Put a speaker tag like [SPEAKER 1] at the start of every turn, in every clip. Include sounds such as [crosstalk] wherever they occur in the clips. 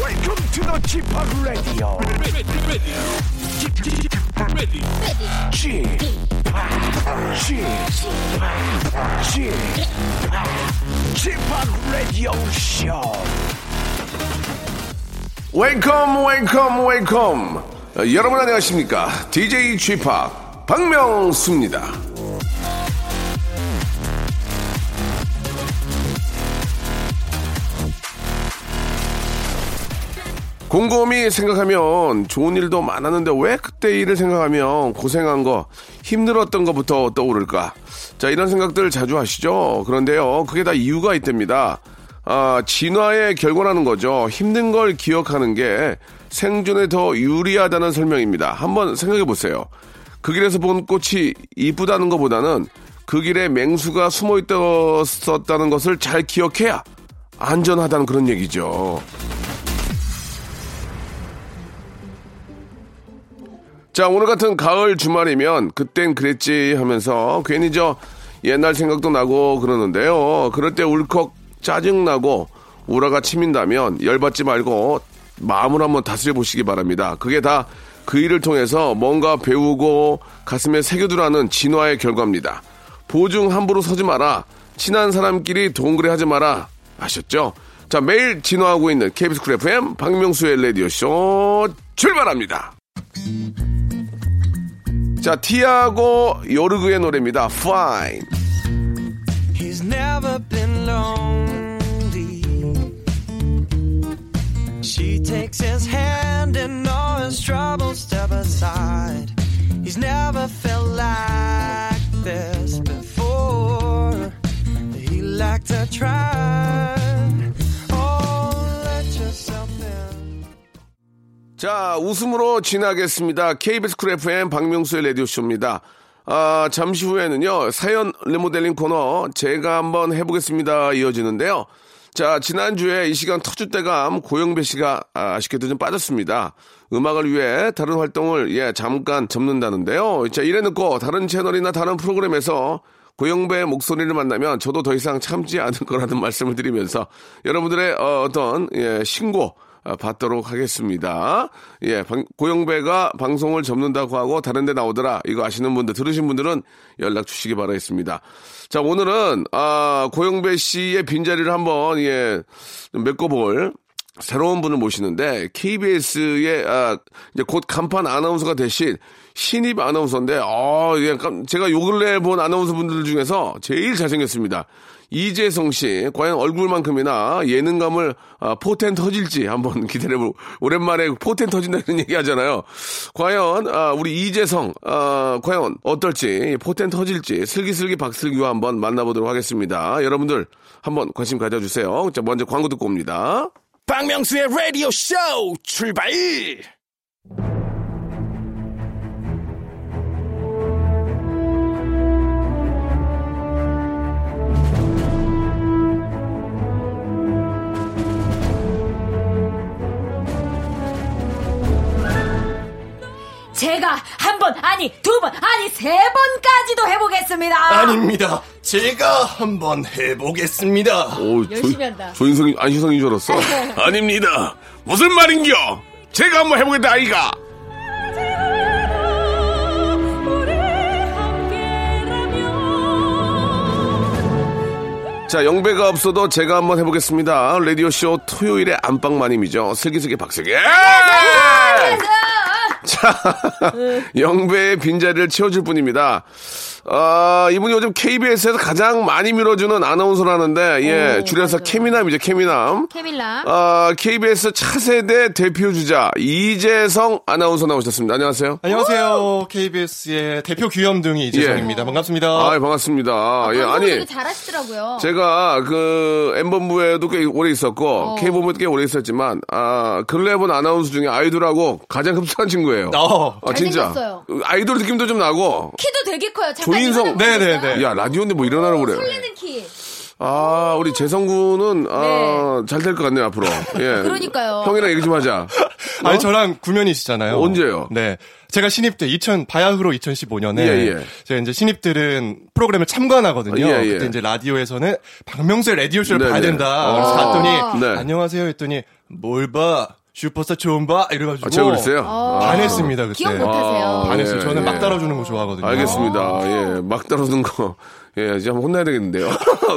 [SPEAKER 1] Welcome to the Chip Radio.
[SPEAKER 2] ready, ready, ready, ready.
[SPEAKER 1] Chip, Chip, Chip, Chip Radio Show.
[SPEAKER 3] 웨이컴 웨이컴 웨이컴 어, 여러분 안녕하십니까 DJ g p 박명수입니다 곰곰이 생각하면 좋은 일도 많았는데 왜 그때 일을 생각하면 고생한 거 힘들었던 것부터 떠오를까 자 이런 생각들 자주 하시죠 그런데요 그게 다 이유가 있답니다 아, 진화의 결과라는 거죠 힘든 걸 기억하는 게 생존에 더 유리하다는 설명입니다 한번 생각해 보세요 그 길에서 본 꽃이 이쁘다는 것보다는 그 길에 맹수가 숨어 있었다는 것을 잘 기억해야 안전하다는 그런 얘기죠. 자, 오늘 같은 가을 주말이면 그땐 그랬지 하면서 괜히 저 옛날 생각도 나고 그러는데요. 그럴 때 울컥 짜증나고 우라가 치민다면 열받지 말고 마음을 한번 다스려 보시기 바랍니다. 그게 다 그 일을 통해서 뭔가 배우고 가슴에 새겨두라는 진화의 결과입니다. 보증 함부로 서지 마라. 친한 사람끼리 동그래 하지 마라. 아셨죠? 자, 매일 진화하고 있는 KBS 쿨 FM 박명수의 레디오쇼 출발합니다. 자, 티아고 요르그의 노래입니다. Fine.
[SPEAKER 4] He's never been lonely. She takes his hand and all his troubles step aside. He's never felt like this before. He liked to try. Oh, let yourself in.
[SPEAKER 3] 자, 웃음으로 지나겠습니다. KBS 쿨 FM 박명수의 라디오쇼입니다. 아, 잠시 후에는요, 사연 리모델링 코너 제가 한번 해보겠습니다. 이어지는데요. 자, 지난주에 이 시간 터줏대감 고영배 씨가 아, 아쉽게도 좀 빠졌습니다. 음악을 위해 다른 활동을 예, 잠깐 접는다는데요. 자, 이래 놓고 다른 채널이나 다른 프로그램에서 고영배의 목소리를 만나면 저도 더 이상 참지 않을 거라는 [laughs] 말씀을 드리면서 여러분들의 어, 떤 신고 아, 받도록 하겠습니다. 예, 방- 고영배가 방송을 접는다고 하고 다른 데 나오더라. 이거 아시는 분들, 들으신 분들은 연락 주시기 바라겠습니다. 자, 오늘은, 아, 고영배 씨의 빈자리를 한번, 예, 좀 메꿔볼 새로운 분을 모시는데 KBS의 아, 이제 곧 간판 아나운서가 대신 신입 아나운서인데 어, 예, 깜- 제가 요 근래 본 아나운서 분들 중에서 제일 잘생겼습니다. 이재성 씨 과연 얼굴만큼이나 예능감을 아, 포텐 터질지 한번 [laughs] 기다려보 오랜만에 포텐 터진다는 얘기 하잖아요. 과연 아, 우리 이재성 아, 과연 어떨지 포텐 터질지 슬기슬기 박슬기와 한번 만나보도록 하겠습니다. 여러분들 한번 관심 가져주세요. 자, 먼저 광고 듣고 옵니다.
[SPEAKER 1] 박명수의 라디오 쇼 출발!
[SPEAKER 5] 제가 한 번, 아니 두 번, 아니 세 번까지도 해보겠습니다.
[SPEAKER 6] 아닙니다. 제가 한번 해보겠습니다.
[SPEAKER 3] 오,
[SPEAKER 5] 열심히 한다.
[SPEAKER 3] 조인성이 안희성인 줄
[SPEAKER 5] [laughs]
[SPEAKER 3] 알았어. 아닙니다. 무슨 말인겨? 제가 한번 해보겠다 아이가. 자, 영배가 없어도 제가 한번 해보겠습니다. 라디오 쇼 토요일의 안방마님이죠. 슬기슬기 박슬기.
[SPEAKER 5] 네,
[SPEAKER 3] 자, [laughs] 영배의 빈자리를 채워줄 분입니다. 아, 이분이 요즘 KBS에서 가장 많이 밀어주는 아나운서라는데, 예, 줄여서 케미남이죠, 케미남.
[SPEAKER 5] 케밀라.
[SPEAKER 3] 아, KBS 차세대 대표 주자 이재성 아나운서 나오셨습니다. 안녕하세요.
[SPEAKER 6] 안녕하세요. KBS의 대표 귀염둥이 이재성입니다. 반갑습니다.
[SPEAKER 3] 아, 반갑습니다. 예, 아니
[SPEAKER 5] 잘하시더라고요.
[SPEAKER 3] 제가 그 엠번부에도 꽤 오래 있었고 K본부에도 꽤 오래 있었지만 아, 근래 본 아나운서 중에 아이돌하고 가장 흡사한 친구예요.
[SPEAKER 6] 어.
[SPEAKER 3] 아, 진짜.
[SPEAKER 5] 잘생겼어요.
[SPEAKER 3] 아이돌 느낌도 좀 나고.
[SPEAKER 5] 키도 되게 커요. 잠깐
[SPEAKER 3] 조인성.
[SPEAKER 5] 일어나
[SPEAKER 6] 네네네.
[SPEAKER 3] 야, 라디오인데 뭐 일어나라 그래요.
[SPEAKER 5] 설레는 키.
[SPEAKER 3] 아, 우리 재성 군은 아, 잘 될 것 같네요, 앞으로. 예.
[SPEAKER 5] 그러니까요.
[SPEAKER 3] 형이랑 얘기 좀 하자.
[SPEAKER 6] 아니 저랑 구면이시잖아요.
[SPEAKER 3] 언제요?
[SPEAKER 6] 네, 제가 신입 때 2000, 바야흐로 2015년에
[SPEAKER 3] 예, 예.
[SPEAKER 6] 제가 이제 신입들은 프로그램을 참관하거든요.
[SPEAKER 3] 예, 예.
[SPEAKER 6] 그때 이제 라디오에서는 박명수의 라디오 쇼를
[SPEAKER 3] 네,
[SPEAKER 6] 봐야
[SPEAKER 3] 네.
[SPEAKER 6] 된다.
[SPEAKER 3] 아.
[SPEAKER 6] 그래서 갔더니
[SPEAKER 3] 네.
[SPEAKER 6] 안녕하세요 했더니 뭘 봐? 슈퍼스타 처음 봐? 이래가지고.
[SPEAKER 3] 아, 제가 그랬어요?
[SPEAKER 5] 어.
[SPEAKER 3] 아,
[SPEAKER 6] 반했습니다, 그때.
[SPEAKER 5] 기억 못하세요.
[SPEAKER 3] 아, 예.
[SPEAKER 6] 반했어요. 저는
[SPEAKER 3] 예.
[SPEAKER 6] 막 따라주는 거 좋아하거든요.
[SPEAKER 5] 어.
[SPEAKER 3] 알겠습니다. 예, 막 다루는 거. 예, 이제 한번 혼나야 되겠는데요. [laughs]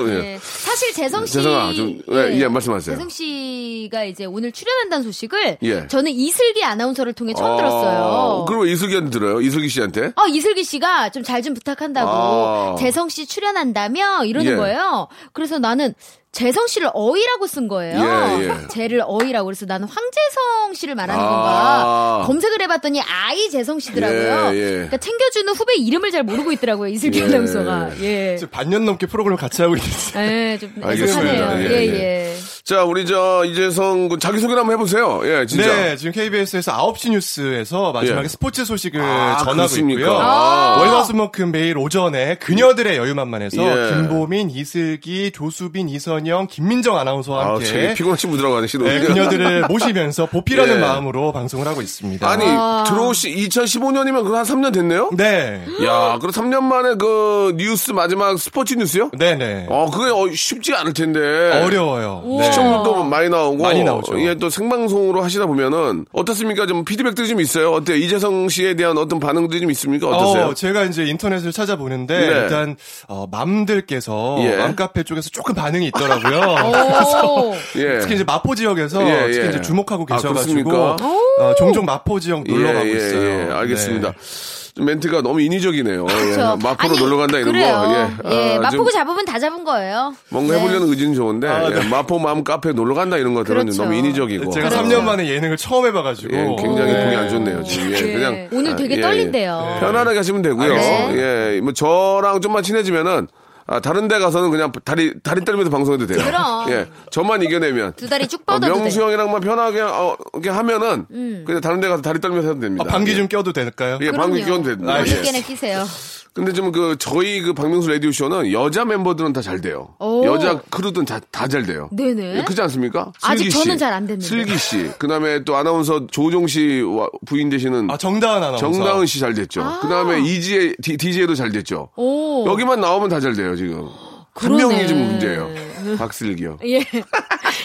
[SPEAKER 3] 예.
[SPEAKER 5] 네. 사실 재성 씨, 네.
[SPEAKER 3] 재성아, 좀, 예, 예, 말씀하세요.
[SPEAKER 5] 재성 씨가 이제 오늘 출연한다는 소식을
[SPEAKER 3] 예.
[SPEAKER 5] 저는 이슬기 아나운서를 통해 처음 들었어요.
[SPEAKER 3] 아, 그럼 이슬기한테 들어요? 이슬기 씨한테?
[SPEAKER 5] 어, 이슬기 씨가 좀 잘 좀 부탁한다고
[SPEAKER 3] 아.
[SPEAKER 5] 재성 씨 출연한다며 이러는
[SPEAKER 3] 예.
[SPEAKER 5] 거예요. 그래서 나는 재성 씨를 어이라고 쓴 거예요.
[SPEAKER 3] 예, 예.
[SPEAKER 5] 쟤를 어이라고 그래서 나는 황재성 씨를 말하는
[SPEAKER 3] 아.
[SPEAKER 5] 건가 검색을 해봤더니 아이 재성 씨더라고요.
[SPEAKER 3] 예, 예.
[SPEAKER 5] 그러니까 챙겨주는 후배 이름을 잘 모르고 있더라고요. 이슬기
[SPEAKER 3] 예.
[SPEAKER 5] 아나운서가. 예.
[SPEAKER 6] 지금 반년 넘게 프로그램을 같이 하고 있어요.
[SPEAKER 5] 예, 좀
[SPEAKER 3] 알겠습니다.
[SPEAKER 5] 애석하네요.
[SPEAKER 3] 예,
[SPEAKER 5] 예,
[SPEAKER 3] 예.
[SPEAKER 5] 예.
[SPEAKER 3] 자, 우리 저, 이재성 군 자기소개를 한번 해보세요. 예, 진짜.
[SPEAKER 6] 네, 지금 KBS에서 9시 뉴스에서 마지막에
[SPEAKER 3] 예.
[SPEAKER 6] 스포츠 소식을
[SPEAKER 3] 아,
[SPEAKER 6] 전하고
[SPEAKER 3] 그렇습니까?
[SPEAKER 6] 있고요.
[SPEAKER 3] 아.
[SPEAKER 6] 월화수목금 매일 오전에 그녀들의 여유만만해서
[SPEAKER 3] 예.
[SPEAKER 6] 김보민, 이슬기, 조수빈, 이선영, 김민정 아나운서와
[SPEAKER 3] 아,
[SPEAKER 6] 함께
[SPEAKER 3] 되게 피곤하신 분들하고 하시는
[SPEAKER 6] 네, 그녀들을 [laughs] 모시면서 보필하는
[SPEAKER 3] 예.
[SPEAKER 6] 마음으로 방송을 하고 있습니다.
[SPEAKER 3] 아니, 들어오시 2015년이면 그한 3년 됐네요?
[SPEAKER 6] 네,
[SPEAKER 3] 야, 그럼 3년 만에 그 뉴스 마지막 스포츠 뉴스요?
[SPEAKER 6] 네, 네.
[SPEAKER 3] 어, 그게 어, 쉽지 않을 텐데.
[SPEAKER 6] 어려워요. 네.
[SPEAKER 3] 시청률도 많이 나오고
[SPEAKER 6] 많이 나오죠.
[SPEAKER 3] 예, 또 생방송으로 하시다 보면은 어떻습니까? 좀 피드백들이 좀 있어요. 어때? 요 이재성 씨에 대한 어떤 반응들이 좀 있습니까? 어떠세요?
[SPEAKER 6] 어, 제가 이제 인터넷을 찾아보는데
[SPEAKER 3] 네.
[SPEAKER 6] 일단 어, 맘들께서
[SPEAKER 3] 예. 어.
[SPEAKER 6] 맘카페 쪽에서 조금
[SPEAKER 3] [laughs]
[SPEAKER 6] 반응이 있더라고요.
[SPEAKER 5] 오.
[SPEAKER 3] 예.
[SPEAKER 6] 특히 이제 마포 지역에서
[SPEAKER 3] 예,
[SPEAKER 6] 특히
[SPEAKER 3] 예.
[SPEAKER 6] 이제 주목하고
[SPEAKER 3] 아,
[SPEAKER 6] 계셔가지고
[SPEAKER 3] 그렇습니까?
[SPEAKER 6] 어, 종종 마포 지역 놀러 가고
[SPEAKER 3] 예, 예,
[SPEAKER 6] 있어요.
[SPEAKER 3] 예, 알겠습니다.
[SPEAKER 6] 네.
[SPEAKER 3] 좀 멘트가 너무 인위적이네요. 예,
[SPEAKER 5] 그렇죠.
[SPEAKER 3] 마포로
[SPEAKER 5] 아니,
[SPEAKER 3] 놀러 간다 이런
[SPEAKER 5] 그래요.
[SPEAKER 3] 거.
[SPEAKER 5] 예,
[SPEAKER 3] 아, 좀
[SPEAKER 5] 마포구 잡으면 다 잡은 거예요.
[SPEAKER 3] 뭔가
[SPEAKER 5] 네.
[SPEAKER 3] 해보려는 의지는 좋은데
[SPEAKER 6] 아, 네.
[SPEAKER 3] 예, 마포 마음 카페 놀러 간다 이런 거 들었는데
[SPEAKER 5] 그렇죠.
[SPEAKER 3] 너무 인위적이고.
[SPEAKER 6] 제가
[SPEAKER 5] 그래요.
[SPEAKER 6] 3년 만에 예능을 처음 해봐가지고
[SPEAKER 3] 뭐. 예, 굉장히
[SPEAKER 6] 네.
[SPEAKER 3] 보기 안 좋네요 지금. 예,
[SPEAKER 5] 예.
[SPEAKER 3] 그냥
[SPEAKER 5] 오늘
[SPEAKER 3] 아,
[SPEAKER 5] 되게
[SPEAKER 3] 예, 예.
[SPEAKER 5] 떨린대요. 아, 네.
[SPEAKER 3] 편안하게 하시면 되고요.
[SPEAKER 5] 알겠습니다.
[SPEAKER 3] 예, 뭐 저랑 좀만 친해지면은 아, 다른 데 가서는 그냥 다리 다리 떨면서 방송해도 돼요.
[SPEAKER 5] 그럼.
[SPEAKER 3] [laughs] 예, 저만 이겨내면.
[SPEAKER 5] 두 다리 쭉
[SPEAKER 3] 어,
[SPEAKER 5] 뻗어도 돼. 음.
[SPEAKER 3] 명수 형이랑만 편하게 어, 이렇게 하면은 그냥 다른 데 가서 다리 떨면서 해도 됩니다.
[SPEAKER 6] 아, 방귀 좀 껴도 될까요?
[SPEAKER 3] 예, 예 방귀
[SPEAKER 5] 그럼요.
[SPEAKER 3] 끼면 됩니다.
[SPEAKER 6] 아,
[SPEAKER 3] 예.
[SPEAKER 5] 어깨나 끼세요.
[SPEAKER 3] 근데 좀 그 저희 그 박명수 라디오 쇼는 여자 멤버들은 다 잘 돼요.
[SPEAKER 5] 오.
[SPEAKER 3] 여자 크루든 다 다 잘 돼요.
[SPEAKER 5] 네네.
[SPEAKER 3] 예, 그렇지 않습니까?
[SPEAKER 5] 아직
[SPEAKER 3] 슬기
[SPEAKER 5] 저는
[SPEAKER 3] 씨,
[SPEAKER 5] 잘안 됐는데.
[SPEAKER 3] 슬기 씨. 그다음에 또 아나운서 조종 씨 와- 부인 되시는
[SPEAKER 6] 아 정다은 아나운서.
[SPEAKER 3] 정다은 씨 잘 됐죠.
[SPEAKER 5] 아.
[SPEAKER 3] 그다음에 이지혜 DJ도 잘 됐죠.
[SPEAKER 5] 오.
[SPEAKER 3] 여기만 나오면 다 잘 돼요 지금.
[SPEAKER 5] 그러네.
[SPEAKER 3] 한 명이 지금 문제예요. 박슬기요.
[SPEAKER 5] 예.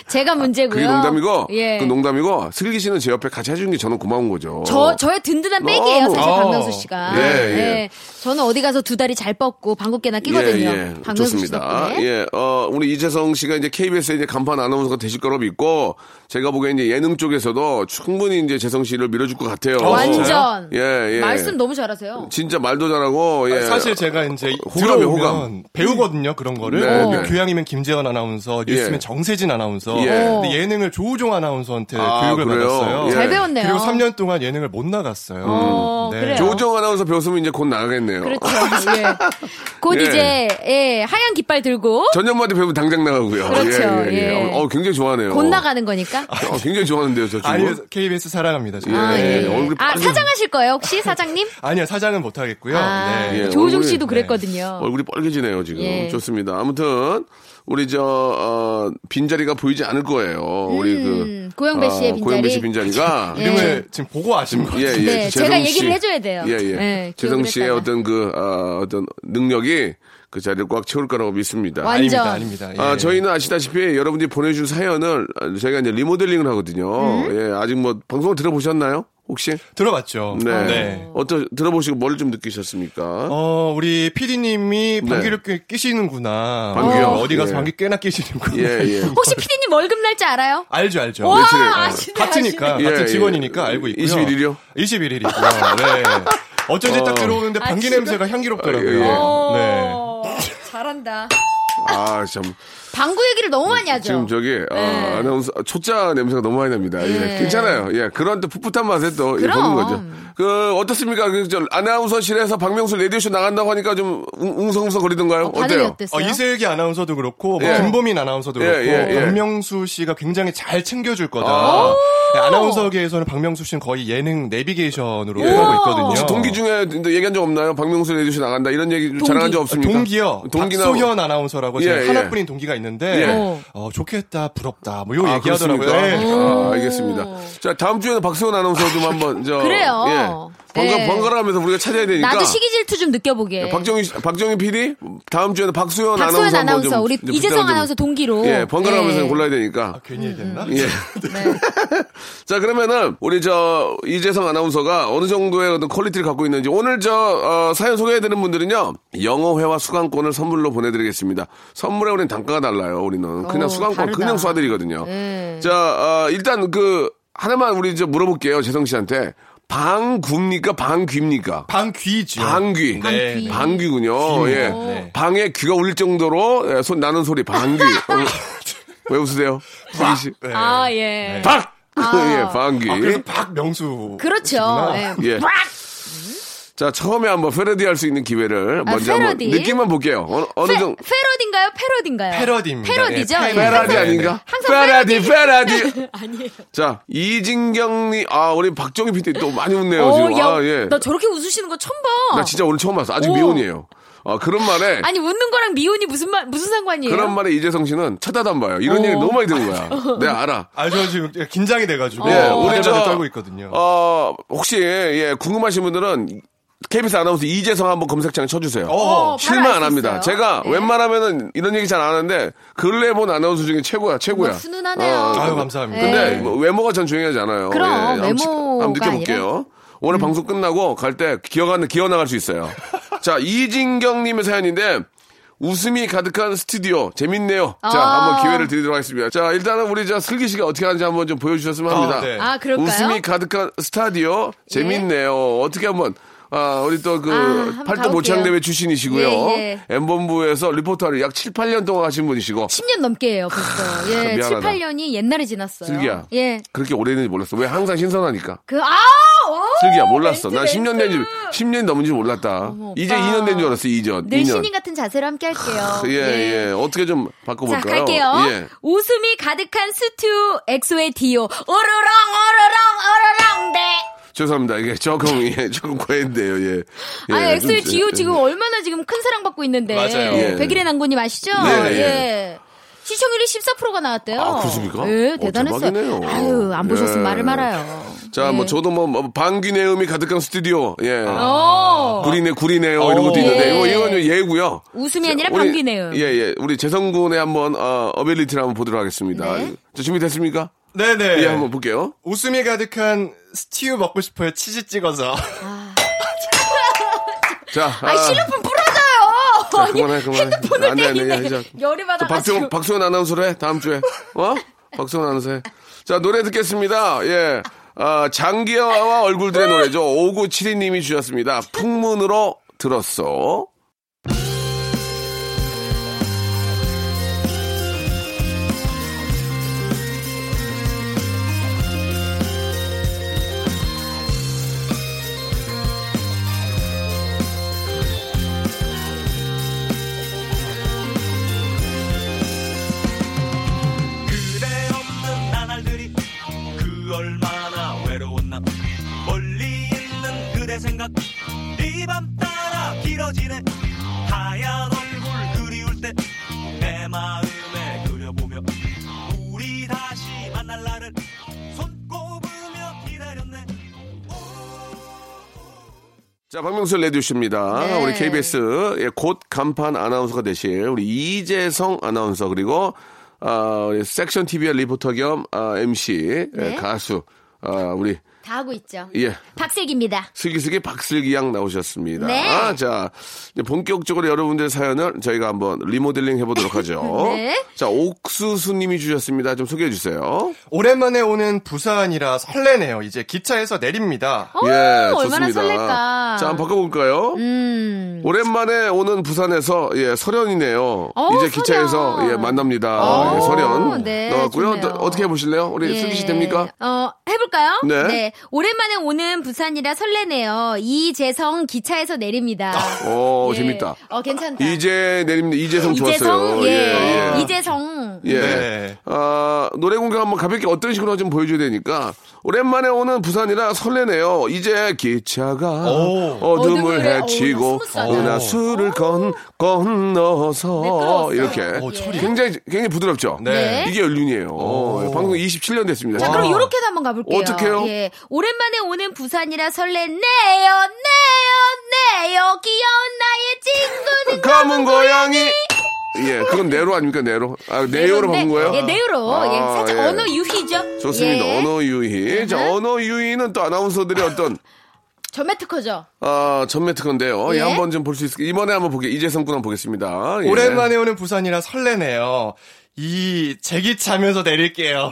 [SPEAKER 5] 제가 문제고요.
[SPEAKER 3] 아, 그게 농담이고,
[SPEAKER 5] 예.
[SPEAKER 3] 그 농담이고 슬기 씨는 제 옆에 같이 해주는 게 저는 고마운 거죠.
[SPEAKER 5] 저 저의 든든한 백이에요,
[SPEAKER 3] 어. 너무-
[SPEAKER 5] 사실
[SPEAKER 6] 어.
[SPEAKER 5] 박명수 씨가.
[SPEAKER 3] 예, 예.
[SPEAKER 5] 저는 어디 가서 두 다리 잘 뻗고 방귀깨나 끼거든요.
[SPEAKER 3] 예, 예.
[SPEAKER 5] 박명수 네. 씨
[SPEAKER 3] 좋습니다.
[SPEAKER 5] 덕분에.
[SPEAKER 3] 예, 어, 우리 이재성 씨가 이제 KBS의 이제 간판 아나운서가 되실 거로 믿고 제가 보기엔 이제 예능 쪽에서도 충분히 이제 재성 씨를 밀어줄 것 같아요.
[SPEAKER 5] 완전.
[SPEAKER 3] 예, 예. 음.
[SPEAKER 5] 말씀 너무 잘하세요.
[SPEAKER 3] 진짜 말도 잘하고, 예.
[SPEAKER 6] 아, 사실 제가 이제
[SPEAKER 3] 호감이에요,
[SPEAKER 6] 들어오면
[SPEAKER 3] 호감.
[SPEAKER 6] 배우거든요 그런 거를
[SPEAKER 3] 네,
[SPEAKER 6] 뭐
[SPEAKER 3] 네.
[SPEAKER 6] 교양이면 김재원 아나운서 뉴스면
[SPEAKER 3] 예.
[SPEAKER 6] 정세진 아나운서
[SPEAKER 3] 예.
[SPEAKER 6] 근데 예능을 조우종 아나운서한테
[SPEAKER 3] 아,
[SPEAKER 6] 교육을
[SPEAKER 3] 그래요?
[SPEAKER 6] 받았어요
[SPEAKER 3] 예.
[SPEAKER 5] 잘 배웠네요.
[SPEAKER 6] 그리고 3년 동안 예능을 못 나갔어요
[SPEAKER 5] 어, 그래요.
[SPEAKER 3] 조정 아나운서 배웠으면 이제 곧 나가겠네요.
[SPEAKER 5] 그렇죠. 예. 곧
[SPEAKER 3] 예.
[SPEAKER 5] 이제 예, 하얀 깃발 들고
[SPEAKER 3] 전현무한테 배우면 당장 나가고요.
[SPEAKER 5] 그렇죠, 예.
[SPEAKER 3] 어, 어, 굉장히 좋아하네요.
[SPEAKER 5] 곧 나가는 거니까.
[SPEAKER 3] 어, 굉장히 좋아하는데요, 저
[SPEAKER 6] 아니
[SPEAKER 3] 친구.
[SPEAKER 6] KBS 사랑합니다 저는.
[SPEAKER 5] 아,
[SPEAKER 3] 예,
[SPEAKER 5] 예, 예.
[SPEAKER 3] 얼굴이
[SPEAKER 5] 아,
[SPEAKER 3] 빨개-
[SPEAKER 5] 사장하실 거예요, 혹시 사장님?
[SPEAKER 6] 아니요 사장은 못 하겠고요
[SPEAKER 5] 아,
[SPEAKER 6] 네.
[SPEAKER 3] 예,
[SPEAKER 5] 조우종
[SPEAKER 3] 얼굴이-
[SPEAKER 5] 씨도 그랬거든요.
[SPEAKER 3] 얼굴이 빨개지네요 지금
[SPEAKER 5] 어. 예.
[SPEAKER 3] 좋습니다 아무튼 우리 저 어, 빈자리가 보이지 않을 거예요 우리 그
[SPEAKER 5] 음, 고영배 씨의 빈자리.
[SPEAKER 3] 고영배 씨 빈자리가
[SPEAKER 5] [laughs] 예.
[SPEAKER 6] 이름을 지금 보고 아신 거
[SPEAKER 3] 예,
[SPEAKER 6] 같아요
[SPEAKER 3] 예.
[SPEAKER 5] 네,
[SPEAKER 3] 재성
[SPEAKER 5] 제가
[SPEAKER 3] 씨.
[SPEAKER 5] 얘기를 해줘야 돼요.
[SPEAKER 3] 예, 예.
[SPEAKER 5] 네,
[SPEAKER 3] 재성
[SPEAKER 5] 기억을
[SPEAKER 3] 씨의
[SPEAKER 5] 했다가.
[SPEAKER 3] 어떤 그, 아, 어떤 능력이 그 자리를 꽉 채울 거라고 믿습니다.
[SPEAKER 5] 완-
[SPEAKER 6] 아닙니다
[SPEAKER 5] 완전.
[SPEAKER 6] 아닙니다 예.
[SPEAKER 3] 아, 저희는 아시다시피 여러분들이 보내준 사연을 저희가 이제 리모델링을
[SPEAKER 5] 음?
[SPEAKER 3] 하거든요. 예, 아직 뭐 방송을 들어보셨나요? 혹시?
[SPEAKER 6] 들어봤죠
[SPEAKER 3] 네.
[SPEAKER 6] 네.
[SPEAKER 3] 어떠, 들어보시고 뭘 좀 느끼셨습니까?
[SPEAKER 6] 어, 우리 피디님이 방귀를 꽤 끼시는구나.
[SPEAKER 3] 네. 방귀요?
[SPEAKER 6] 어, 어디 가서
[SPEAKER 3] 예.
[SPEAKER 6] 방귀 꽤나 끼시는구나.
[SPEAKER 3] 예, 예.
[SPEAKER 5] 혹시 피디님 월급 날짜 알아요?
[SPEAKER 6] [laughs] 알죠, 알죠.
[SPEAKER 5] 와,
[SPEAKER 3] 며칠에, 어,
[SPEAKER 5] 아시네,
[SPEAKER 6] 같으니까,
[SPEAKER 3] 예, 예.
[SPEAKER 6] 같은 직원이니까 알고 있고요.
[SPEAKER 3] 21일 이요?
[SPEAKER 6] 21일이고요. 네. 어쩐지 딱 들어오는데 방귀
[SPEAKER 5] 지금?
[SPEAKER 6] 냄새가
[SPEAKER 3] 아, 예, 예.
[SPEAKER 6] 향기롭더라고요.
[SPEAKER 5] 아시네.
[SPEAKER 6] 네.
[SPEAKER 5] 오, 잘한다.
[SPEAKER 3] 아, 참.
[SPEAKER 5] 방구 얘기를 너무 많이 하죠.
[SPEAKER 3] 지금 저기,
[SPEAKER 5] 네.
[SPEAKER 3] 아, 아나운서, 초짜 냄새가 너무 많이 납니다. 예.
[SPEAKER 5] 예.
[SPEAKER 3] 괜찮아요. 예. 그런 또 풋풋한 맛에 또 예,
[SPEAKER 5] 그럼.
[SPEAKER 3] 보는 거죠. 그, 어떻습니까? 그, 저, 아나운서실에서 박명수 라디오쇼 나간다고 하니까 좀 웅- 웅성웅성 거리던가요? 어,
[SPEAKER 5] 반응이
[SPEAKER 3] 때요
[SPEAKER 5] 어땠어요?
[SPEAKER 6] 어, 이세혁이 아나운서도 그렇고, 뭐
[SPEAKER 3] 예.
[SPEAKER 6] 김보민 아나운서도
[SPEAKER 3] 예,
[SPEAKER 6] 그렇고,
[SPEAKER 3] 예, 예.
[SPEAKER 6] 박명수 씨가 굉장히 잘 챙겨줄 거다.
[SPEAKER 3] 아.
[SPEAKER 6] 네, 아나운서계에서는 박명수 씨는 거의 예능 내비게이션으로
[SPEAKER 3] 예.
[SPEAKER 6] 하고 있거든요. 어,
[SPEAKER 3] 혹시 동기 중에 근데 얘기한 적 없나요? 박명수 라디오쇼 나간다. 이런 얘기 자랑한 적 없습니까?
[SPEAKER 6] 동기요.
[SPEAKER 3] 동기나.
[SPEAKER 6] 박소현 아나운서라고
[SPEAKER 3] 예,
[SPEAKER 6] 제가
[SPEAKER 3] 예.
[SPEAKER 6] 하나뿐인 동기가 있는데
[SPEAKER 5] 예.
[SPEAKER 6] 어, 좋겠다, 부럽다 뭐 이거
[SPEAKER 3] 아,
[SPEAKER 6] 얘기하더라고요.
[SPEAKER 3] 그렇습니까?
[SPEAKER 6] 예.
[SPEAKER 3] 아, 알겠습니다. 자, 다음 주에는 박세훈 아나운서 좀 한번 저
[SPEAKER 5] 그래요.
[SPEAKER 3] 예. 번갈아
[SPEAKER 5] 네.
[SPEAKER 3] 번갈아 가면서 우리가 찾아야 되니까.
[SPEAKER 5] 나도 시기 질투 좀 느껴보게.
[SPEAKER 3] 박정희 씨- 박정희 PD 다음 주에는 박수현 아나운서
[SPEAKER 5] 박소연
[SPEAKER 3] 한번
[SPEAKER 5] 아나운서,
[SPEAKER 3] 좀,
[SPEAKER 5] 우리
[SPEAKER 3] 좀 부탁을
[SPEAKER 5] 이재성
[SPEAKER 3] 좀-
[SPEAKER 5] 아나운서 동기로.
[SPEAKER 3] 예, 번갈아 가면서
[SPEAKER 5] 예. 네.
[SPEAKER 3] 골라야 되니까.
[SPEAKER 6] 아, 괜히 얘기했나?
[SPEAKER 3] 예. [laughs] 자, 그러면은, 우리 저, 이재성 아나운서가 어느 정도의 어떤 퀄리티를 갖고 있는지, 오늘 저, 어, 사연 소개해드리는 분들은요, 영어회화 수강권을 선물로 보내드리겠습니다. 선물에 우린 단가가 달라요, 우리는. 그냥
[SPEAKER 5] 어,
[SPEAKER 3] 수강권
[SPEAKER 5] 다르다.
[SPEAKER 3] 그냥 쏴드리거든요.
[SPEAKER 5] 예.
[SPEAKER 3] 자, 어, 일단 그, 하나만 우리 저 물어볼게요, 재성 씨한테. 방굽니까? 방귀입니까?
[SPEAKER 6] 방귀죠.
[SPEAKER 5] 예.
[SPEAKER 3] 방귀.
[SPEAKER 6] 네.
[SPEAKER 3] 방귀군요. 예.
[SPEAKER 6] 네.
[SPEAKER 3] 방에 귀가 울릴 정도로 예, 손 나는 소리
[SPEAKER 5] [laughs]
[SPEAKER 3] 방귀. 어. 왜 웃으세요? 박이 씨.
[SPEAKER 6] 네.
[SPEAKER 5] 아, 예.
[SPEAKER 3] 박.
[SPEAKER 5] 아.
[SPEAKER 3] [laughs] 예, 방귀.
[SPEAKER 6] 아, 그래서 박명수.
[SPEAKER 5] 그렇죠.
[SPEAKER 6] 씨구나.
[SPEAKER 5] 예.
[SPEAKER 3] 예. 자, 처음에 한번 패러디 할 수 있는 기회를 먼저 한번
[SPEAKER 5] 아, 패러디?
[SPEAKER 3] 느낌만 볼게요. 어느, 어느
[SPEAKER 5] 페,
[SPEAKER 3] 정도
[SPEAKER 5] 페러딘가요? 패러딘가요?
[SPEAKER 6] 패러디입니다.
[SPEAKER 5] 패러디죠?
[SPEAKER 6] 예,
[SPEAKER 5] 예.
[SPEAKER 3] 페라디
[SPEAKER 6] 패러디.
[SPEAKER 3] 아닌가?
[SPEAKER 5] 항상
[SPEAKER 3] 페라디, 페라디.
[SPEAKER 5] [laughs] 아니에요.
[SPEAKER 3] 자, 이진경님, 아, 우리 박정희 PD 또 많이 웃네요,
[SPEAKER 5] 어,
[SPEAKER 3] 지금.
[SPEAKER 5] 야,
[SPEAKER 3] 아, 예.
[SPEAKER 5] 나 저렇게 웃으시는 거 처음 봐.
[SPEAKER 3] 나 진짜 오늘 처음 봤어. 아직
[SPEAKER 5] 오.
[SPEAKER 3] 미혼이에요. 아, 그런 말에,
[SPEAKER 5] 아니 웃는 거랑 미혼이 무슨 말 무슨 상관이에요?
[SPEAKER 3] 그런 말에 이재성 씨는 쳐다도 안 봐요. 이런 얘기 너무 많이 듣는
[SPEAKER 5] [laughs]
[SPEAKER 3] 거야. 내가 알아.
[SPEAKER 6] 아, 저 지금 긴장이
[SPEAKER 5] 어,
[SPEAKER 6] 돼가지고.
[SPEAKER 3] 예, 우리
[SPEAKER 6] 오늘
[SPEAKER 3] 저-
[SPEAKER 6] 저 떨고 있거든요.
[SPEAKER 3] 어, 혹시, 예, 궁금하신 분들은 KBS 아나운서 이재성 한번 검색창에 쳐주세요.
[SPEAKER 5] 어,
[SPEAKER 3] 뭐 실망
[SPEAKER 5] 바로
[SPEAKER 3] 안
[SPEAKER 5] 알수
[SPEAKER 3] 합니다.
[SPEAKER 5] 있어요.
[SPEAKER 3] 제가
[SPEAKER 5] 네.
[SPEAKER 3] 웬만하면은 이런 얘기 잘 안 하는데 근래 본 아나운서 중에 최고야, 최고야.
[SPEAKER 5] 어머, 훈훈하네요.
[SPEAKER 6] 아유, 감사합니다.
[SPEAKER 3] 근데
[SPEAKER 5] 네.
[SPEAKER 3] 뭐 외모가 전 중요하지 않아요. 예,
[SPEAKER 5] 그럼,
[SPEAKER 3] 한번 치-
[SPEAKER 5] 외모가 음.
[SPEAKER 3] 한번 느껴볼게요. 오늘 방송 끝나고 갈 때 기어가는 기어 나갈 수 있어요.
[SPEAKER 5] [laughs]
[SPEAKER 3] 자, 이진경님의 사연인데. 웃음이 가득한 스튜디오 재밌네요. 자,
[SPEAKER 5] 아.
[SPEAKER 3] 한번 기회를 드리도록 하겠습니다. 자, 일단은 우리 저 슬기 씨가 어떻게 하는지 한번 좀 보여주셨으면 합니다.
[SPEAKER 6] 네.
[SPEAKER 5] 아 그럴까요? 예.
[SPEAKER 3] 웃음이 가득한 스타디오 재밌네요. 어떻게 한번 아, 우리 또 그
[SPEAKER 5] 아, 한번
[SPEAKER 3] 팔도
[SPEAKER 5] 가볼게요.
[SPEAKER 3] 모창대회 출신이시고요.
[SPEAKER 5] 예, 예.
[SPEAKER 3] 엠본부에서 리포터를 약 7, 8년 동안 하신 분이시고
[SPEAKER 5] 10년 넘게예요 벌써. 예,
[SPEAKER 3] 아, 미안하다.
[SPEAKER 5] 7, 8년이 옛날에 지났어요.
[SPEAKER 3] 슬기야.
[SPEAKER 5] 예.
[SPEAKER 3] 그렇게 오래된지 몰랐어. 왜 항상 신선하니까.
[SPEAKER 5] 그 아! 어!
[SPEAKER 3] 슬기야 몰랐어. 난
[SPEAKER 5] 멘트,
[SPEAKER 3] 10년
[SPEAKER 5] 멘트.
[SPEAKER 3] 된지 10년 넘은 줄 몰랐다.
[SPEAKER 5] 어머,
[SPEAKER 3] 이제
[SPEAKER 5] 오빠.
[SPEAKER 3] 2년 된 줄 알았어. 2년.
[SPEAKER 5] 늘
[SPEAKER 3] 2년.
[SPEAKER 5] 신인 같은 자세로 함께 할게요. 네.
[SPEAKER 3] 예, 예, 어떻게 좀
[SPEAKER 5] 자,
[SPEAKER 3] 바꿔볼까요?
[SPEAKER 5] 갈게요.
[SPEAKER 3] 예.
[SPEAKER 5] 웃음이 가득한 스튜 엑소의 디오. 오르렁 오르렁 네. 오르렁 대.
[SPEAKER 3] 죄송합니다. 이게 조금, 예, [laughs] 조금 과했는데요, 예. 예,
[SPEAKER 5] 아,
[SPEAKER 3] 좀,
[SPEAKER 5] 엑소의
[SPEAKER 3] 예,
[SPEAKER 5] 디오
[SPEAKER 3] 예.
[SPEAKER 5] 지금 얼마나 지금 큰 사랑 받고 있는데.
[SPEAKER 6] 맞아요.
[SPEAKER 3] 예.
[SPEAKER 5] 백일의 난고님 아시죠?
[SPEAKER 3] 네,
[SPEAKER 5] 예.
[SPEAKER 3] 예.
[SPEAKER 5] 시청률이 14%가 나왔대요.
[SPEAKER 3] 아, 그렇습니까?
[SPEAKER 5] 예,
[SPEAKER 3] 어,
[SPEAKER 5] 대단했어요.
[SPEAKER 3] 대박이네요.
[SPEAKER 5] 아유, 안 보셨으면
[SPEAKER 3] 예.
[SPEAKER 5] 말을 말아요.
[SPEAKER 3] 자, 뭐,
[SPEAKER 5] 예.
[SPEAKER 3] 저도 뭐, 뭐, 방귀내음이 가득한 스튜디오, 예.
[SPEAKER 5] 어.
[SPEAKER 3] 구리네, 구리네요, 이런
[SPEAKER 6] 어.
[SPEAKER 3] 것도 있는데, 뭐
[SPEAKER 5] 예.
[SPEAKER 3] 이거, 이건 예고요.
[SPEAKER 5] 웃음이 아니라
[SPEAKER 3] 우리-
[SPEAKER 5] 방귀네요.
[SPEAKER 3] 예, 예. 우리 재성군의 한번, 어, 어빌리티를 한번 보도록 하겠습니다.
[SPEAKER 5] 네.
[SPEAKER 3] 저 준비됐습니까?
[SPEAKER 6] 네네.
[SPEAKER 3] 예, 한번 볼게요.
[SPEAKER 6] 웃음이 가득한 스튜 먹고 싶어요. 치즈 찍어서. [laughs]
[SPEAKER 3] 자.
[SPEAKER 5] 아이, 실로폰 부러져요! 아니,
[SPEAKER 3] 그만해, 그만해.
[SPEAKER 5] 핸드폰을
[SPEAKER 3] 안 돼, 안 돼,
[SPEAKER 5] 때리네.
[SPEAKER 3] 안 돼, 이제.
[SPEAKER 5] 열이
[SPEAKER 3] 저
[SPEAKER 5] 받아가지고.
[SPEAKER 3] 박수현, 박수현 아나운서로 해, 다음 주에. 어? 박수현 아나운서 해. 자, 노래 듣겠습니다. 예. 아, 장기여와 얼굴들의 노래죠. 5972님이 주셨습니다. 풍문으로 들었어.
[SPEAKER 7] 그대 없는 나날들이 그 얼마나 외로웠나 멀리 있는 그대 생각 이 밤 따라 길어지네 하얀 얼굴 그리울 때 내 마음에 그려보며 우리 다시 만날 날을 손꼽으며 기다렸네
[SPEAKER 3] 자, 박명수 레디오쇼입니다.
[SPEAKER 5] 네.
[SPEAKER 3] 우리 KBS 예, 곧 간판 아나운서가 되실 우리 이재성 아나운서 그리고 아, 우리 섹션 TV의 리포터 겸 아, MC 예,
[SPEAKER 5] 네.
[SPEAKER 3] 가수 아, 우리
[SPEAKER 5] 다 하고 있죠.
[SPEAKER 3] 예
[SPEAKER 5] 박슬기입니다.
[SPEAKER 3] 슬기슬기 박슬기 양 나오셨습니다.
[SPEAKER 5] 네.
[SPEAKER 3] 아, 자 이제 본격적으로 여러분들의 사연을 저희가 한번 리모델링
[SPEAKER 5] [laughs]
[SPEAKER 3] 해보도록 하죠.
[SPEAKER 5] 네.
[SPEAKER 3] 자 옥수수님이 주셨습니다. 좀 소개해 주세요.
[SPEAKER 5] 어,
[SPEAKER 6] 오랜만에 오는 부산이라 설레네요. 이제 기차에서 내립니다.
[SPEAKER 5] 오, 어, 얼마나
[SPEAKER 3] 예, 좋습니다.
[SPEAKER 5] 설렐까.
[SPEAKER 3] 자, 한번 바꿔볼까요?
[SPEAKER 5] 음.
[SPEAKER 3] 오랜만에 오는 부산에서 예 설현이네요.
[SPEAKER 5] 어,
[SPEAKER 3] 이제 기차에서
[SPEAKER 5] 설현.
[SPEAKER 3] 예 만납니다.
[SPEAKER 5] 오,
[SPEAKER 3] 예, 설현
[SPEAKER 5] 네,
[SPEAKER 3] 나왔고요.
[SPEAKER 5] 좋네요.
[SPEAKER 3] 어떻게 해보실래요? 우리
[SPEAKER 5] 예.
[SPEAKER 3] 슬기 씨 됩니까?
[SPEAKER 5] 어, 해볼까요?
[SPEAKER 3] 네.
[SPEAKER 5] 오랜만에 오는 부산이라 설레네요. 이재성 기차에서 내립니다.
[SPEAKER 3] 오,
[SPEAKER 5] 예.
[SPEAKER 3] 아, 재밌다.
[SPEAKER 5] 어, 괜찮다.
[SPEAKER 3] 이제 내립니다. 이재성 좋았어요.
[SPEAKER 5] 이재성, 예.
[SPEAKER 3] 예, 예.
[SPEAKER 5] 이재성.
[SPEAKER 3] 예.
[SPEAKER 6] 네.
[SPEAKER 3] 아, 노래 공개 한번 가볍게 어떤 식으로 좀 보여줘야 되니까. 오랜만에 오는 부산이라 설레네요. 이제 기차가
[SPEAKER 6] 오.
[SPEAKER 3] 어둠을
[SPEAKER 5] 어둠을,
[SPEAKER 3] 헤치고
[SPEAKER 5] 어우, 나 스무스하다.
[SPEAKER 3] 은하수를 건, 건너서
[SPEAKER 5] 매끄러웠어요.
[SPEAKER 3] 이렇게.
[SPEAKER 5] 오,
[SPEAKER 6] 철이.
[SPEAKER 3] 굉장히, 굉장히 부드럽죠?
[SPEAKER 5] 네.
[SPEAKER 3] 이게 연륜이에요. 예, 방송 27년 됐습니다. 아.
[SPEAKER 5] 자, 그럼 요렇게도 한번 가볼게요.
[SPEAKER 3] 예. 어떡해요?
[SPEAKER 5] 예. 오랜만에 오는 부산이라 설레네요, 네요, 네요. 귀여운 나의 친구는
[SPEAKER 3] 검은 고양이! 예, 그건 네로 아닙니까, 네로? 아, 네요로 바꾼 거예요?
[SPEAKER 5] 예, 네요로.
[SPEAKER 3] 아,
[SPEAKER 5] 예, 살짝
[SPEAKER 3] 예.
[SPEAKER 5] 언어 유희죠.
[SPEAKER 3] 좋습니다.
[SPEAKER 5] 예.
[SPEAKER 3] 언어 유희. 자,
[SPEAKER 5] 으흠.
[SPEAKER 3] 언어 유희는 또 아나운서들의 어떤
[SPEAKER 5] 전매특허죠.
[SPEAKER 3] 아, 전매 특허인데요.
[SPEAKER 5] 예.
[SPEAKER 3] 예, 한번 좀 볼 수 있을까요? 이번에 한번 보게 이재성 군 한번 보겠습니다. 예.
[SPEAKER 6] 오랜만에 오는 부산이라 설레네요. 이 제기차면서 내릴게요.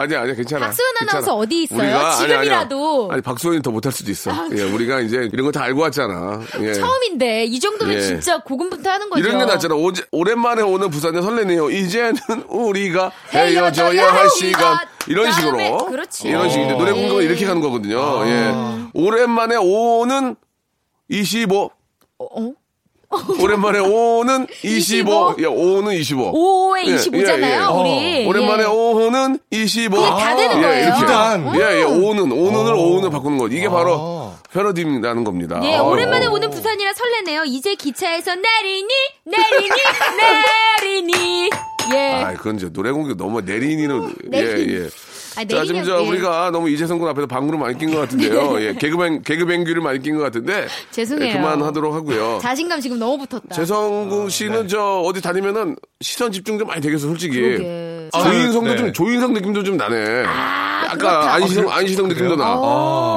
[SPEAKER 3] 아니야, 아니야, 괜찮아.
[SPEAKER 5] 박소연
[SPEAKER 3] 괜찮아.
[SPEAKER 5] 아나운서 어디 있어요?
[SPEAKER 3] 아니, 아니야.
[SPEAKER 5] 지금이라도. 아,
[SPEAKER 3] 아니, 박소연이 더 못할 수도 있어. 예, 우리가 이제 이런 거 다 알고 왔잖아. 예.
[SPEAKER 5] 처음인데 이 정도면
[SPEAKER 3] 예.
[SPEAKER 5] 진짜 고군분투 하는 거죠.
[SPEAKER 3] 이런 게 낫잖아. 오제, 오랜만에 오는 부산에 설레네요. 이제는 우리가
[SPEAKER 5] 헤어져야
[SPEAKER 3] 헤어져야
[SPEAKER 5] 할
[SPEAKER 3] 할 시간.
[SPEAKER 5] 우리가
[SPEAKER 3] 이런 식으로.
[SPEAKER 5] 다음에- 그렇지.
[SPEAKER 3] 이런 식인데 노래 공격은
[SPEAKER 5] 예.
[SPEAKER 3] 이렇게 가는 거거든요. 예. 오랜만에 오는 25.
[SPEAKER 5] 어, 어?
[SPEAKER 3] 오랜만에 오는 25.
[SPEAKER 5] 25.
[SPEAKER 3] 예, 오는 25.
[SPEAKER 5] 5에
[SPEAKER 3] 예, 예,
[SPEAKER 5] 25잖아요,
[SPEAKER 3] 예.
[SPEAKER 5] 우리.
[SPEAKER 3] 오랜만에
[SPEAKER 5] 예.
[SPEAKER 3] 오호는 25.
[SPEAKER 5] 그게 다 되는
[SPEAKER 3] 예,
[SPEAKER 5] 거예요. 음.
[SPEAKER 3] 이렇게.
[SPEAKER 6] 이단.
[SPEAKER 3] 예, 예, 오는, 오는을 오는을 바꾸는 거. 이게 바로
[SPEAKER 6] 아.
[SPEAKER 3] 패러디라는 겁니다.
[SPEAKER 5] 예,
[SPEAKER 3] 아,
[SPEAKER 5] 오랜만에
[SPEAKER 3] 어.
[SPEAKER 5] 오는 부산이라 설레네요. 이제 기차에서 내리니,
[SPEAKER 3] [laughs]
[SPEAKER 5] 내리니, 내리니. 예. 어,
[SPEAKER 3] 아, 그건 이제 노래 공개 너무 내린이는 예,
[SPEAKER 5] 내린.
[SPEAKER 3] 예.
[SPEAKER 5] 아,
[SPEAKER 3] 자, 지금 저
[SPEAKER 5] 내리면, 예.
[SPEAKER 3] 우리가 너무 이재성 군 앞에서 방구를 많이 낀 것
[SPEAKER 5] [laughs]
[SPEAKER 3] 같은데요. 예, 개그맨 개그맨규를 많이 낀 것 같은데
[SPEAKER 5] 죄송해요.
[SPEAKER 3] 예, 그만하도록 하고요.
[SPEAKER 5] 자신감 지금 너무 붙었다. 아,
[SPEAKER 3] 재성 씨는 저 어디 다니면은 시선 집중 좀 많이 되겠어 솔직히.
[SPEAKER 5] 네. 그러게.
[SPEAKER 6] 아,
[SPEAKER 3] 조인성도
[SPEAKER 6] 네.
[SPEAKER 3] 좀 조인성 느낌도 좀 나네. 아까 안시성 안시성 느낌도
[SPEAKER 5] 어.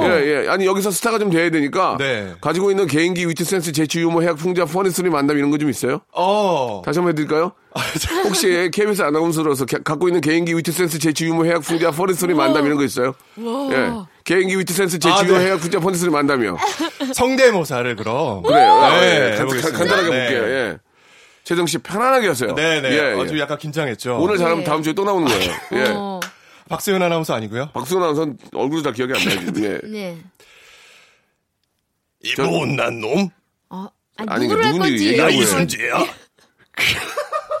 [SPEAKER 3] 나. 예예. 아니 여기서 스타가 좀 돼야 되니까.
[SPEAKER 6] 네.
[SPEAKER 3] 가지고 있는 개인기 위트 센스 재치 유머 해학 풍자 퍼니스리 만남 이런 거 좀 있어요?
[SPEAKER 6] 어.
[SPEAKER 3] 다시 한번 해드릴까요? 혹시 KBS 아나운서로서 개- 갖고 있는 개인기 위트 센스 재치 유머 해학 풍자 퍼니스리 만남 이런 거 있어요? 예. 개인기 위트 센스 재치
[SPEAKER 6] 아,
[SPEAKER 3] 유머
[SPEAKER 6] 네.
[SPEAKER 3] 해학 풍자 퍼니스리 만남이요.
[SPEAKER 6] 성대모사를
[SPEAKER 3] [laughs]
[SPEAKER 6] 그럼.
[SPEAKER 3] 그래요. 아,
[SPEAKER 6] 네,
[SPEAKER 3] 예. 간-
[SPEAKER 6] 해보겠습니다.
[SPEAKER 3] 간단하게
[SPEAKER 6] 네.
[SPEAKER 3] 볼게요. 예. 최정 씨 편안하게 하세요.
[SPEAKER 6] 네네.
[SPEAKER 3] 예,
[SPEAKER 6] 아주
[SPEAKER 3] 예.
[SPEAKER 6] 약간 긴장했죠.
[SPEAKER 3] 오늘 잘하면
[SPEAKER 5] 예.
[SPEAKER 3] 다음 주에 또 나오는 거예요. 예.
[SPEAKER 5] 어,
[SPEAKER 6] 박세현 아나운서 아니고요.
[SPEAKER 3] 박수현 아나운서 얼굴도 잘 기억이 안 나요. 지금. 예.
[SPEAKER 5] [laughs] 네.
[SPEAKER 6] 이거 못난 놈.
[SPEAKER 5] 어, 아니,
[SPEAKER 3] 아니,
[SPEAKER 5] 누구를 할
[SPEAKER 3] 누군지
[SPEAKER 5] 건지.
[SPEAKER 3] 얘기하고요.
[SPEAKER 5] 예.
[SPEAKER 6] 이순재야.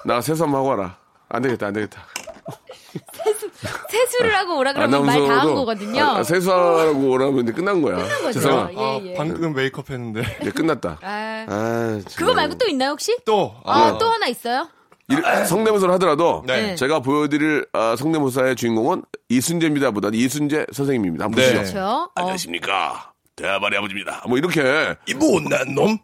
[SPEAKER 3] 나 세수한번 하고 와라. 안 되겠다, 안 되겠다.
[SPEAKER 5] 세수를 하고 오라 그러면 말 다 한
[SPEAKER 3] 아나운서도
[SPEAKER 5] 거거든요.
[SPEAKER 3] 아, 아, 세수하라고 오라고 했는데 끝난 거야.
[SPEAKER 5] 거죠.
[SPEAKER 3] 세상아.
[SPEAKER 6] 아,
[SPEAKER 5] 예, 예.
[SPEAKER 6] 방금 메이크업 했는데. [laughs]
[SPEAKER 3] 이제 끝났다.
[SPEAKER 5] 아,
[SPEAKER 3] 아, 진짜.
[SPEAKER 5] 그거 말고 또 있나요, 혹시?
[SPEAKER 6] 또.
[SPEAKER 5] 아, 또 하나 있어요?
[SPEAKER 3] 이를- 성대모사를 하더라도
[SPEAKER 6] 네.
[SPEAKER 3] 제가 보여드릴 아, 성대모사의 주인공은 이순재입니다보다 이순재 선생님입니다. 한번
[SPEAKER 6] 네.
[SPEAKER 3] 보시죠.
[SPEAKER 5] 저, 어,
[SPEAKER 1] 안녕하십니까. 대발의 아버지입니다.
[SPEAKER 3] 뭐 이렇게
[SPEAKER 6] 이 못난 놈.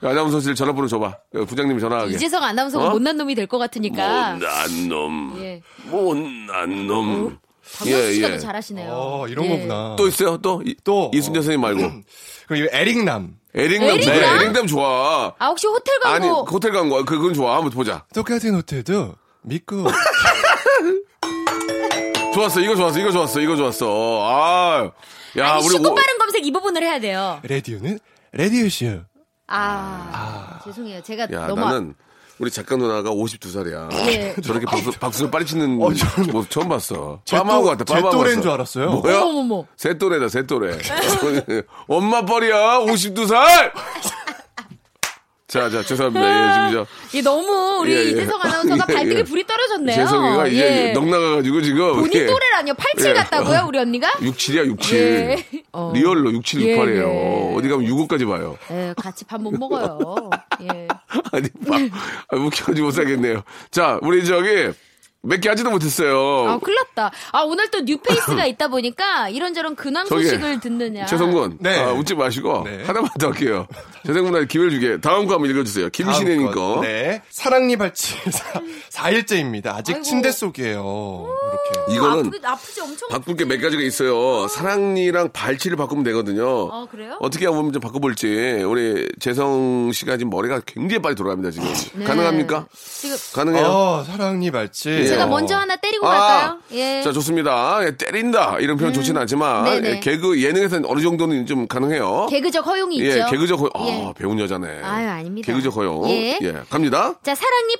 [SPEAKER 3] 아나운서실 전화번호 줘봐. 그 부장님이 전화하게.
[SPEAKER 5] 이재성 아나운서가
[SPEAKER 3] 어?
[SPEAKER 5] 못난 놈이 될 것 같으니까.
[SPEAKER 1] 못난 놈.
[SPEAKER 5] 예. 어?
[SPEAKER 1] 못난 놈.
[SPEAKER 5] 박명수
[SPEAKER 3] 예,
[SPEAKER 5] 씨가
[SPEAKER 3] 예.
[SPEAKER 5] 더 잘하시네요.
[SPEAKER 6] 어, 이런
[SPEAKER 5] 예.
[SPEAKER 6] 거구나.
[SPEAKER 3] 또 있어요? 또? 이,
[SPEAKER 6] 또. 음.
[SPEAKER 3] 이순재 선생님 말고.
[SPEAKER 6] 그리고 이거 에릭남.
[SPEAKER 3] 에릭남 좋아.
[SPEAKER 5] 에릭남?
[SPEAKER 3] 에릭남 좋아.
[SPEAKER 5] 아, 혹시 호텔
[SPEAKER 3] 아니,
[SPEAKER 5] 광고
[SPEAKER 3] 호텔 간 거야. 그건 좋아. 한번 보자.
[SPEAKER 6] 똑같은 호텔도 믿고.
[SPEAKER 3] [laughs] 좋았어. 이거 좋았어. 이거 좋았어. 이거 좋았어. 아. 야,
[SPEAKER 5] 아니,
[SPEAKER 3] 우리
[SPEAKER 5] 쉽고
[SPEAKER 3] 오-
[SPEAKER 5] 빠른 검색 이 부분을 해야 돼요.
[SPEAKER 6] 라디오는 라디오쇼.
[SPEAKER 5] 아, 죄송해요. 제가
[SPEAKER 3] 야,
[SPEAKER 5] 너무
[SPEAKER 3] 나는 우리 작가 누나가 52살이야.
[SPEAKER 5] 예.
[SPEAKER 3] [laughs] 저렇게 박수, 박수를 빨리 치는
[SPEAKER 6] 어, 저는-
[SPEAKER 3] 모습 처음 봤어.
[SPEAKER 6] 제
[SPEAKER 3] 빠마하고
[SPEAKER 6] 또-
[SPEAKER 3] 같다.
[SPEAKER 6] 제
[SPEAKER 3] 빠마하고
[SPEAKER 6] 또래인
[SPEAKER 3] 왔어.
[SPEAKER 6] 줄 알았어요.
[SPEAKER 3] 뭐야?
[SPEAKER 5] 어머머머.
[SPEAKER 3] 새 또래다, 새 또래. [laughs] 엄마 뻘이야,
[SPEAKER 5] [laughs]
[SPEAKER 3] 52살! 자, 자, 죄송합니다. 예, 지금 저.
[SPEAKER 5] 예, 너무 우리
[SPEAKER 3] 예, [laughs] 예.
[SPEAKER 5] 이재성 아나운서가
[SPEAKER 3] 예,
[SPEAKER 5] 발등에
[SPEAKER 3] 예.
[SPEAKER 5] 불이 떨어졌네요.
[SPEAKER 3] 재성이가 이제
[SPEAKER 5] 예.
[SPEAKER 3] 넉나가가지고 지금.
[SPEAKER 5] 본인 또래라니요. 87
[SPEAKER 3] 예.
[SPEAKER 5] 같다고요, 우리 언니가?
[SPEAKER 3] 67이야, 67.
[SPEAKER 5] 예. 어.
[SPEAKER 3] 리얼로 67,
[SPEAKER 5] 예,
[SPEAKER 3] 68이에요.
[SPEAKER 5] 예.
[SPEAKER 3] 어디 가면 65까지 봐요. [laughs]
[SPEAKER 5] 예, 같이 밥 못 먹어요. 예.
[SPEAKER 3] 아니, 막, 아, 웃겨가지고 못 살겠네요. 자, 우리 저기 몇 개 하지도 못했어요.
[SPEAKER 5] 아, 큰일 났다. 아, 오늘 또 뉴페이스가 있다 보니까 이런저런 근황
[SPEAKER 3] 저기,
[SPEAKER 5] 소식을 듣느냐.
[SPEAKER 3] 최성군,
[SPEAKER 6] 네.
[SPEAKER 3] 아, 웃지 마시고
[SPEAKER 6] 네.
[SPEAKER 3] 하나만 더 할게요. 최성군한테 기회를 주게. 다음 거 한번 읽어주세요. 김신혜님 거.
[SPEAKER 6] 네. 사랑니 발치 4일째입니다. 아직
[SPEAKER 5] 아이고. 어.
[SPEAKER 6] 침대 속이에요. 이렇게.
[SPEAKER 3] 이거는
[SPEAKER 5] 아프, 아프지 엄청.
[SPEAKER 3] 바꿀 게 몇 가지가 있어요. 사랑니랑 발치를 바꾸면 되거든요.
[SPEAKER 5] 아, 그래요?
[SPEAKER 3] 어떻게 하면 좀 바꿔볼지. 우리 재성 씨가 지금 머리가 굉장히 빨리 돌아갑니다, 지금.
[SPEAKER 5] 네.
[SPEAKER 3] 가능합니까?
[SPEAKER 5] 지금
[SPEAKER 3] 가능해요?
[SPEAKER 6] 어, 사랑니
[SPEAKER 3] 예,
[SPEAKER 6] 발치.
[SPEAKER 5] 제가 먼저 하나 때리고
[SPEAKER 3] 아.
[SPEAKER 5] 갈까요? 예. 음.
[SPEAKER 3] 자, 좋습니다. 예, 때린다. 이런 표현 좋지는 않지만,
[SPEAKER 5] 네네.
[SPEAKER 3] 예, 개그, 예능에서는 어느 정도는 좀 가능해요.
[SPEAKER 5] 개그적 허용이
[SPEAKER 3] 예,
[SPEAKER 5] 있죠.
[SPEAKER 3] 개그적 허용. 아,
[SPEAKER 5] 예.
[SPEAKER 3] 배운 여자네.
[SPEAKER 5] 아유, 아닙니다.
[SPEAKER 3] 개그적 허용.
[SPEAKER 5] 예.
[SPEAKER 3] 갑니다.
[SPEAKER 5] 자, 사랑니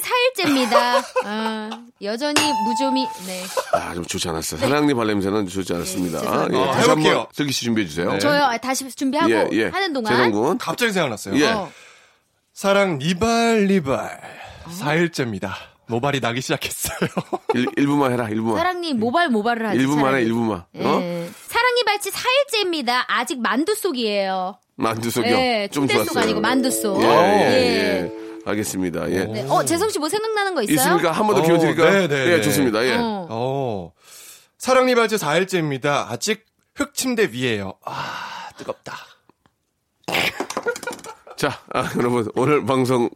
[SPEAKER 3] [laughs]
[SPEAKER 5] 사일째입니다. 아, 여전히 무좀이, 네.
[SPEAKER 3] 아, 좀 좋지 않았어요. 사랑니 발냄새는 좋지 않았습니다. 예,
[SPEAKER 5] 죄송합니다.
[SPEAKER 6] 어,
[SPEAKER 3] 다시
[SPEAKER 6] 해볼게요.
[SPEAKER 3] 한번 슬기 씨 준비해 주세요.
[SPEAKER 5] 저요, 아, 다시 준비하고
[SPEAKER 3] 네. 예, 예.
[SPEAKER 5] 하는 동안.
[SPEAKER 3] 재성군.
[SPEAKER 6] 갑자기 생각났어요.
[SPEAKER 3] 예.
[SPEAKER 5] 어.
[SPEAKER 6] 사랑 니발 니발
[SPEAKER 5] 아.
[SPEAKER 6] 4일째입니다. 모발이 나기 시작했어요.
[SPEAKER 3] 일, 1분만 해라, 1분만.
[SPEAKER 5] 사랑니 모발 모발을 하지.
[SPEAKER 3] 1분만 음. 해,
[SPEAKER 5] 차라리.
[SPEAKER 3] 1분만. 어?
[SPEAKER 5] 예. 사랑니 발치 사일째입니다. 아직 만두 속이에요.
[SPEAKER 3] 만두 속이요.
[SPEAKER 5] 예,
[SPEAKER 3] 좀
[SPEAKER 5] 대
[SPEAKER 3] 좋았어요.
[SPEAKER 5] 속 아니고 만두 속.
[SPEAKER 3] 예, 예,
[SPEAKER 5] 예.
[SPEAKER 3] 예. 알겠습니다. 예.
[SPEAKER 5] 네. 어, 재성 씨 뭐 생각나는 거 있어요?
[SPEAKER 3] 있습니까? 한 번 더
[SPEAKER 6] 어,
[SPEAKER 3] 기회 드릴까요?
[SPEAKER 6] 네, 네,
[SPEAKER 3] 예,
[SPEAKER 6] 네.
[SPEAKER 3] 좋습니다. 예.
[SPEAKER 5] 어.
[SPEAKER 6] [laughs] 어. 사랑 니발째 4일째입니다. 아직 흑침대 위에요.
[SPEAKER 3] 예,
[SPEAKER 6] 아, 뜨겁다.
[SPEAKER 3] [laughs] 자, 아, 여러분, 오늘 방송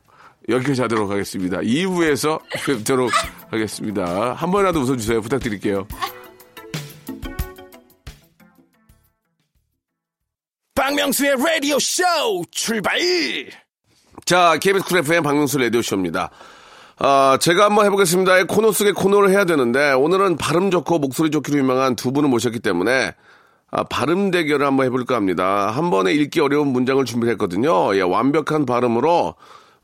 [SPEAKER 3] 여기까지 하도록 하겠습니다. 2부에서 [laughs] 뵙도록 하겠습니다. 한 번이라도 웃어주세요. 부탁드릴게요.
[SPEAKER 2] 박명수의 라디오 쇼 출발
[SPEAKER 3] 자, KBS 쿨 FM 박명수 라디오쇼입니다. 아, 제가 한번 해보겠습니다. 코너 속의 코너를 해야 되는데, 오늘은 발음 좋고 목소리 좋기로 유명한 두 분을 모셨기 때문에, 아, 발음 대결을 한번 해볼까 합니다. 한 번에 읽기 어려운 문장을 준비했거든요. 예, 완벽한 발음으로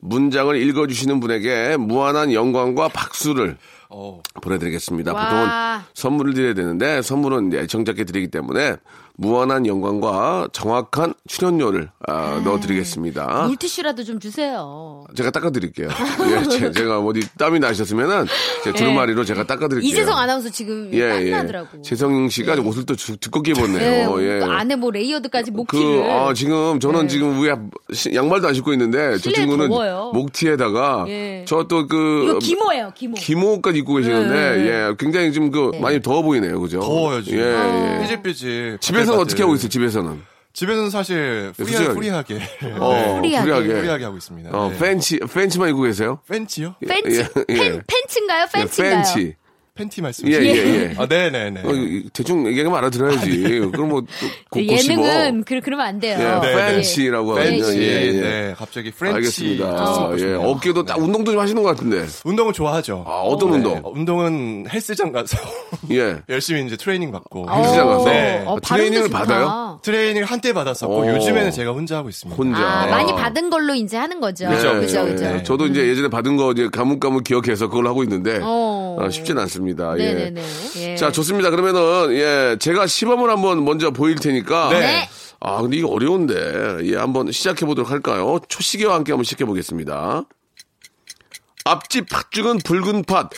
[SPEAKER 3] 문장을 읽어주시는 분에게 무한한 영광과 박수를
[SPEAKER 6] 어.
[SPEAKER 3] 보내드리겠습니다.
[SPEAKER 5] 와.
[SPEAKER 3] 보통은 선물을 드려야 되는데 선물은 이제 애청자께 드리기 때문에 무한한 영광과 정확한 출연료를 아, 넣어드리겠습니다.
[SPEAKER 5] 네. 물티슈라도 좀 주세요.
[SPEAKER 3] 제가
[SPEAKER 5] [laughs]
[SPEAKER 3] 닦아드릴게요. 예, 제, 제가 어디 땀이 나셨으면은 제 두루마리로 제가 닦아드릴게요.
[SPEAKER 5] 네.
[SPEAKER 3] 예,
[SPEAKER 5] 이재성 아나운서 지금 땀나더라고.
[SPEAKER 3] 재성 씨가 옷을 또 두- 두껍게
[SPEAKER 5] 예,
[SPEAKER 3] 입었네요. 예.
[SPEAKER 5] 또 안에 뭐 레이어드까지 목티를.
[SPEAKER 3] 그, 아, 지금, 저는
[SPEAKER 5] 네.
[SPEAKER 3] 지금 위에 시- 양말도 안 신고 있는데, 저
[SPEAKER 5] 실내에
[SPEAKER 3] 친구는
[SPEAKER 5] 더워요.
[SPEAKER 3] 목티에다가,
[SPEAKER 5] 예.
[SPEAKER 3] 저 또 그,
[SPEAKER 5] 이거 기모예요, 기모. 네,
[SPEAKER 3] 기모까지 입고 계시는데 예 굉장히 지금 그 많이 더워 보이네요 그죠
[SPEAKER 6] 더워요, 지금.
[SPEAKER 5] 아,
[SPEAKER 3] 예, 예.
[SPEAKER 6] 삐질삐질.
[SPEAKER 3] 집에서는
[SPEAKER 6] 바들바들.
[SPEAKER 3] 어떻게 하고 있어요 집에서는
[SPEAKER 6] 집에서는 사실
[SPEAKER 3] 후리하게.
[SPEAKER 6] 프리하, 네. 프리하게.
[SPEAKER 3] 어
[SPEAKER 5] 프리하게.
[SPEAKER 3] 프리하게
[SPEAKER 6] 프리하게 하고 있습니다.
[SPEAKER 3] 어
[SPEAKER 6] 네.
[SPEAKER 3] 팬치 팬치만 입고 계세요
[SPEAKER 6] 팬티요?
[SPEAKER 5] 팬츠,
[SPEAKER 3] 예, 예.
[SPEAKER 5] 팬, 팬츠인가요?
[SPEAKER 3] 네,
[SPEAKER 5] 팬츠인가요?
[SPEAKER 3] 팬치
[SPEAKER 6] 팬티
[SPEAKER 3] 예
[SPEAKER 6] 말씀이시죠?
[SPEAKER 3] 예예 어,
[SPEAKER 6] 아, 네네네.
[SPEAKER 3] 대충 얘기하면 알아들어야지 그럼 뭐 곱고 씹어
[SPEAKER 5] 예능은 그, 그러면 안 돼요.
[SPEAKER 3] 예,
[SPEAKER 6] 네, 네.
[SPEAKER 3] 팬치라고 하거든요
[SPEAKER 6] 프렌치.
[SPEAKER 3] 예, 예.
[SPEAKER 6] 네, 갑자기 프렌치.
[SPEAKER 3] 알겠습니다
[SPEAKER 6] 좀
[SPEAKER 3] 아,
[SPEAKER 6] 먹고
[SPEAKER 3] 예
[SPEAKER 6] 싶네요.
[SPEAKER 3] 어깨도 딱 운동도 좀 하시는 것 같은데
[SPEAKER 6] 운동을 좋아하죠.
[SPEAKER 3] 아 어떤
[SPEAKER 6] 네,
[SPEAKER 3] 운동
[SPEAKER 6] 운동은 헬스장 가서 [laughs]
[SPEAKER 3] 예
[SPEAKER 6] 열심히 이제 트레이닝 받고.
[SPEAKER 5] 어,
[SPEAKER 3] 아, 헬스장 가서
[SPEAKER 6] 네.
[SPEAKER 5] 어,
[SPEAKER 3] 트레이닝을
[SPEAKER 5] 발음도 좋다.
[SPEAKER 3] 받아요?
[SPEAKER 6] 트레이닝을 한때 받았었고
[SPEAKER 3] 오.
[SPEAKER 6] 요즘에는 제가 혼자 하고 있습니다.
[SPEAKER 3] 어. 혼자
[SPEAKER 5] 아, 많이
[SPEAKER 3] 아.
[SPEAKER 5] 받은 걸로 이제 하는 거죠.
[SPEAKER 3] 예,
[SPEAKER 5] 그죠,
[SPEAKER 3] 예,
[SPEAKER 5] 그죠.
[SPEAKER 3] 예. 저도 이제 예전에 받은 거 이제 가물가물 기억해서 그걸 하고 있는데
[SPEAKER 5] 어.
[SPEAKER 3] 아, 쉽진 않습니다. 예.
[SPEAKER 5] 네네네. 예.
[SPEAKER 3] 자 좋습니다. 그러면은 예 제가 시범을 한번 먼저 보일 테니까
[SPEAKER 5] 네.
[SPEAKER 3] 아 근데 이거 어려운데 예 한번 시작해 보도록 할까요? 초시계와 함께 한번 시작해 보겠습니다. 앞집 팥죽은 붉은 팥,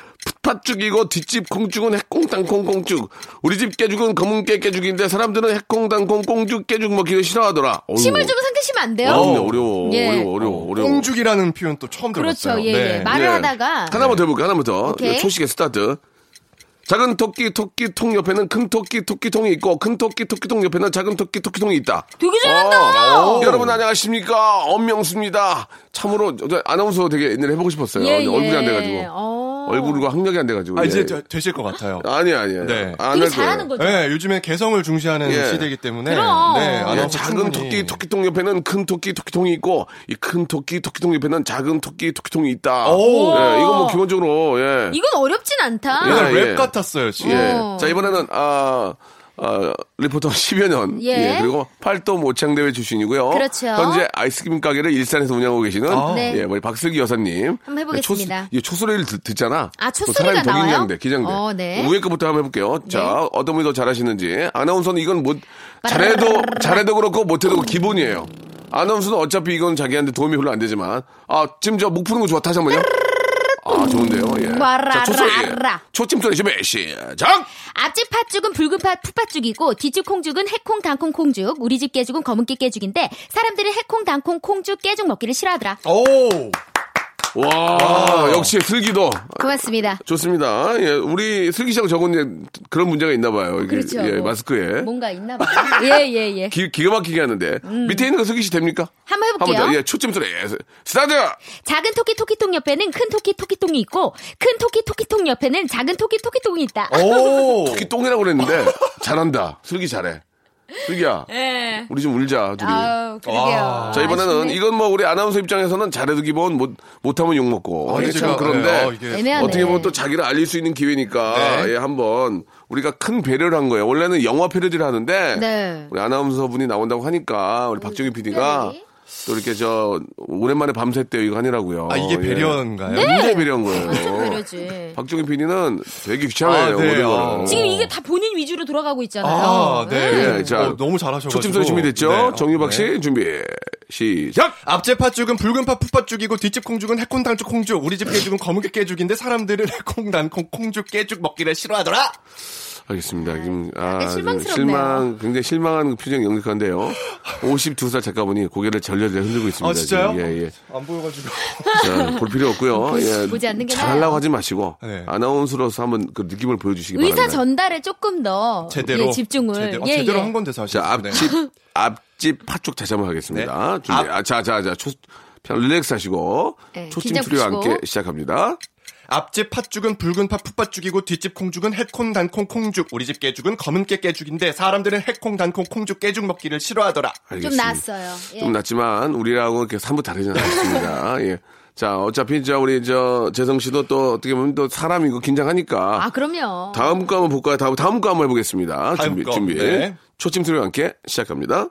[SPEAKER 3] 풋팥죽이고 뒷집 콩죽은 해콩당콩 콩죽. 우리 집 깨죽은 검은 깨 깨죽인데 사람들은 해콩당콩 콩죽 깨죽 먹기를 싫어하더라. 어이구.
[SPEAKER 5] 힘을 좀 삼키시면 안 돼요?
[SPEAKER 3] 네. 어려워, 어려워,
[SPEAKER 5] 예.
[SPEAKER 3] 어려워, 어려워, 어려워.
[SPEAKER 6] 꽁죽이라는 표현 또 처음
[SPEAKER 5] 그렇죠,
[SPEAKER 6] 들어봤어요. 네.
[SPEAKER 5] 예, 예. 말을
[SPEAKER 3] 예.
[SPEAKER 5] 하다가.
[SPEAKER 3] 하나만 더 해볼게요. 하나만 더.
[SPEAKER 5] 오케이.
[SPEAKER 3] 초식의 스타트. 작은 토끼 토끼통 옆에는 큰 토끼 토끼통이 있고 큰 토끼 토끼통 옆에는 작은 토끼 토끼통이 있다.
[SPEAKER 5] 되게 잘한다!
[SPEAKER 3] 오. 여러분 안녕하십니까? 엄명수입니다. 참으로 저 아나운서 되게 옛날에 해보고 싶었어요.
[SPEAKER 5] 예, 예.
[SPEAKER 3] 얼굴이 안 돼가지고
[SPEAKER 5] 어.
[SPEAKER 3] 얼굴과 학력이 안 돼가지고.
[SPEAKER 6] 아, 이제
[SPEAKER 3] 예.
[SPEAKER 6] 되- 되실 것 같아요.
[SPEAKER 3] 아니 아니 아니.
[SPEAKER 6] 네.
[SPEAKER 3] 안할 거예요.
[SPEAKER 5] 되게 잘하는 거죠.
[SPEAKER 6] 네, 요즘에 개성을 중시하는
[SPEAKER 3] 예.
[SPEAKER 6] 시대이기 때문에
[SPEAKER 5] 그럼.
[SPEAKER 6] 네,
[SPEAKER 3] 예,
[SPEAKER 6] 아나운서
[SPEAKER 3] 작은
[SPEAKER 6] 충분히.
[SPEAKER 3] 토끼 토끼통 옆에는 큰 토끼 토끼통이 있고 이 큰 토끼 토끼통 옆에는 작은 토끼 토끼통이 있다.
[SPEAKER 6] 오.
[SPEAKER 3] 예, 이건 뭐 기본적으로 예.
[SPEAKER 5] 이건 어렵진 않다.
[SPEAKER 3] 예.
[SPEAKER 6] 옛날 랩 같았어요, 지금.
[SPEAKER 3] 예.
[SPEAKER 5] 어.
[SPEAKER 3] 자, 이번에는, 아, 아, 리포터 [laughs] 10여 년.
[SPEAKER 5] 예.
[SPEAKER 3] 그리고 팔도 모창대회 출신이고요.
[SPEAKER 5] 그렇죠.
[SPEAKER 3] 현재 아이스크림 가게를 일산에서 운영하고 계시는
[SPEAKER 6] 아.
[SPEAKER 5] 네.
[SPEAKER 3] 예, 우리 박슬기 여사님.
[SPEAKER 5] 한번 해보겠습니다.
[SPEAKER 3] 초수, 예, 초수를 듣, 듣잖아.
[SPEAKER 5] 아,
[SPEAKER 3] 또
[SPEAKER 5] 초수리가
[SPEAKER 3] 사람이
[SPEAKER 5] 나와요?
[SPEAKER 3] 동인장대, 기장대.
[SPEAKER 5] 어, 네.
[SPEAKER 3] 위에 거부터 한번 해볼게요. 자, 어떤 분이 더 잘하시는지. 아나운서는 이건 못, 잘해도, 잘해도 그렇고 못해도 기본이에요. 아나운서는 어차피 이건 자기한테 도움이 별로 안 되지만. 아, 지금 저 목 푸는 거 좋아. 다시 한 번요. 아, 좋은데요. 예. 자, 초소리.
[SPEAKER 5] 와라라라.
[SPEAKER 3] 초침 소리 준비 시작.
[SPEAKER 5] 앞집 팥죽은 붉은 팥 풋팥죽이고 뒷집 콩죽은 해콩 당콩 콩죽 우리 집 깨죽은 검은깨 깨죽인데 사람들은 해콩 당콩 콩죽 깨죽 먹기를 싫어하더라.
[SPEAKER 6] 오!
[SPEAKER 3] 와, 역시 슬기도
[SPEAKER 5] 고맙습니다.
[SPEAKER 3] 아. 좋습니다. 예, 우리 슬기 씨하고 저건 이제 그런 문제가 있나 봐요. 이게,
[SPEAKER 5] 그렇죠.
[SPEAKER 3] 예,
[SPEAKER 5] 뭐.
[SPEAKER 3] 마스크에.
[SPEAKER 5] 뭔가
[SPEAKER 3] [laughs]
[SPEAKER 5] 있나 봐요. 예, 예, 예.
[SPEAKER 3] 기, 기가 막히게 하는데 밑에 있는 거 슬기 씨 됩니까?
[SPEAKER 5] 한번 해볼게요.
[SPEAKER 3] 한번 더. 예, 초침 소리. 예, 스타트.
[SPEAKER 5] 작은 토끼 토끼통 옆에는 큰 토끼 토끼통이 있고 큰 토끼 토끼통
[SPEAKER 6] 어?
[SPEAKER 5] 옆에는 작은 토끼 토끼통이 있다.
[SPEAKER 6] 오!
[SPEAKER 3] [laughs] 토끼 똥이라고 그랬는데 잘한다. 슬기 잘해. 슬기야.
[SPEAKER 5] 예.
[SPEAKER 3] 우리 좀 울자, 둘이.
[SPEAKER 5] 아우, 그러게요.
[SPEAKER 3] 자, 이번에는
[SPEAKER 5] 아쉽네.
[SPEAKER 3] 이건 뭐 우리 아나운서 입장에서는 잘해도 기본 못, 못하면 욕먹고. 예, 아, 이게 참 그런데
[SPEAKER 6] 네, 어, 이게
[SPEAKER 5] 애매하네.
[SPEAKER 3] 그렇죠. 어떻게 보면 또 자기를 알릴 수 있는 기회니까
[SPEAKER 6] 네.
[SPEAKER 3] 예, 한번 우리가 큰 배려를 한 거예요. 원래는 영화 패러디를 하는데
[SPEAKER 5] 네. 음,
[SPEAKER 3] 우리 아나운서 분이 나온다고 하니까 우리 박정희 PD가
[SPEAKER 5] 특별히?
[SPEAKER 3] 또 이렇게 저 오랜만에 밤새 때 이거 하느라고요.
[SPEAKER 6] 아, 이게
[SPEAKER 3] 예.
[SPEAKER 6] 배려인가요?
[SPEAKER 3] 굉장히 배려한 거예요.
[SPEAKER 5] 좀 네. 배려지.
[SPEAKER 3] 박정희 PD는 되게 귀찮아요.
[SPEAKER 6] 아, 네.
[SPEAKER 3] 모든
[SPEAKER 6] 아.
[SPEAKER 3] 거를.
[SPEAKER 5] 지금 이게 다 본인 위주로 돌아가고 있잖아요.
[SPEAKER 6] 아, 네.
[SPEAKER 3] 예, 자,
[SPEAKER 6] 어, 너무 잘하셔가지고.
[SPEAKER 3] 초침 소리 준비됐죠?
[SPEAKER 6] 네.
[SPEAKER 3] 정유박
[SPEAKER 6] 네.
[SPEAKER 3] 씨 준비 시작.
[SPEAKER 6] 앞집 팥죽은 붉은 팥 풋팥죽이고 뒷집 콩죽은 해콘당죽 콩죽 우리 집 깨죽은 검은깨 깨죽인데 사람들은 해콩단콩 콩죽 깨죽 먹기를 싫어하더라
[SPEAKER 3] 알겠습니다. 지금 아,
[SPEAKER 5] 약간 실망스럽네요.
[SPEAKER 3] 실망 굉장히 실망한 표정 연극한데요. 52살 작가분이 고개를 절레절레 흔들고 있습니다.
[SPEAKER 6] 아 진짜요?
[SPEAKER 3] 지금. 예, 예.
[SPEAKER 6] 안 보여가지고
[SPEAKER 3] 자, 볼 필요 없고요. 예.
[SPEAKER 5] 음, 보지 않는 게 나아요.
[SPEAKER 3] 잘하려고 하지 마시고
[SPEAKER 6] 네.
[SPEAKER 3] 아나운서로서 한번 그 느낌을 보여주시기
[SPEAKER 5] 의사
[SPEAKER 3] 바랍니다.
[SPEAKER 5] 전달에 조금 더
[SPEAKER 6] 제대로
[SPEAKER 5] 예, 집중을
[SPEAKER 6] 제대로, 아,
[SPEAKER 5] 예,
[SPEAKER 6] 제대로
[SPEAKER 5] 예.
[SPEAKER 6] 한 건데 사실
[SPEAKER 3] 자, 앞집
[SPEAKER 6] [laughs]
[SPEAKER 3] 앞집 팥죽 다시 한번 하겠습니다.
[SPEAKER 6] 네.
[SPEAKER 3] 준비.
[SPEAKER 6] 앞-
[SPEAKER 3] 아, 자, 자, 자. 초 릴렉스 하시고
[SPEAKER 5] 네,
[SPEAKER 3] 초침
[SPEAKER 5] 긴장
[SPEAKER 3] 투리와
[SPEAKER 5] 푸시고.
[SPEAKER 3] 함께 시작합니다.
[SPEAKER 6] 앞집 팥죽은 붉은 팥 풋팥죽이고 뒷집 콩죽은 해콩단콩 콩죽 우리 집 깨죽은 검은깨 깨죽인데 사람들은 해콩단콩 콩죽 깨죽 먹기를 싫어하더라
[SPEAKER 5] 좀
[SPEAKER 3] 알겠습니다.
[SPEAKER 5] 낫어요. 예.
[SPEAKER 3] 좀 낫지만 우리라고 이렇게 산부 다르진 않습니다. 예. 자, 어차피 저 우리 저 재성 씨도 또 어떻게 보면 또 사람이고 그 긴장하니까
[SPEAKER 5] 아 그럼요.
[SPEAKER 3] 다음 거 한번 볼까요? 다음 다음 거 한번 해보겠습니다.
[SPEAKER 6] 다음
[SPEAKER 3] 준비
[SPEAKER 6] 거,
[SPEAKER 3] 준비.
[SPEAKER 6] 네.
[SPEAKER 3] 초침 소리와 함께 시작합니다.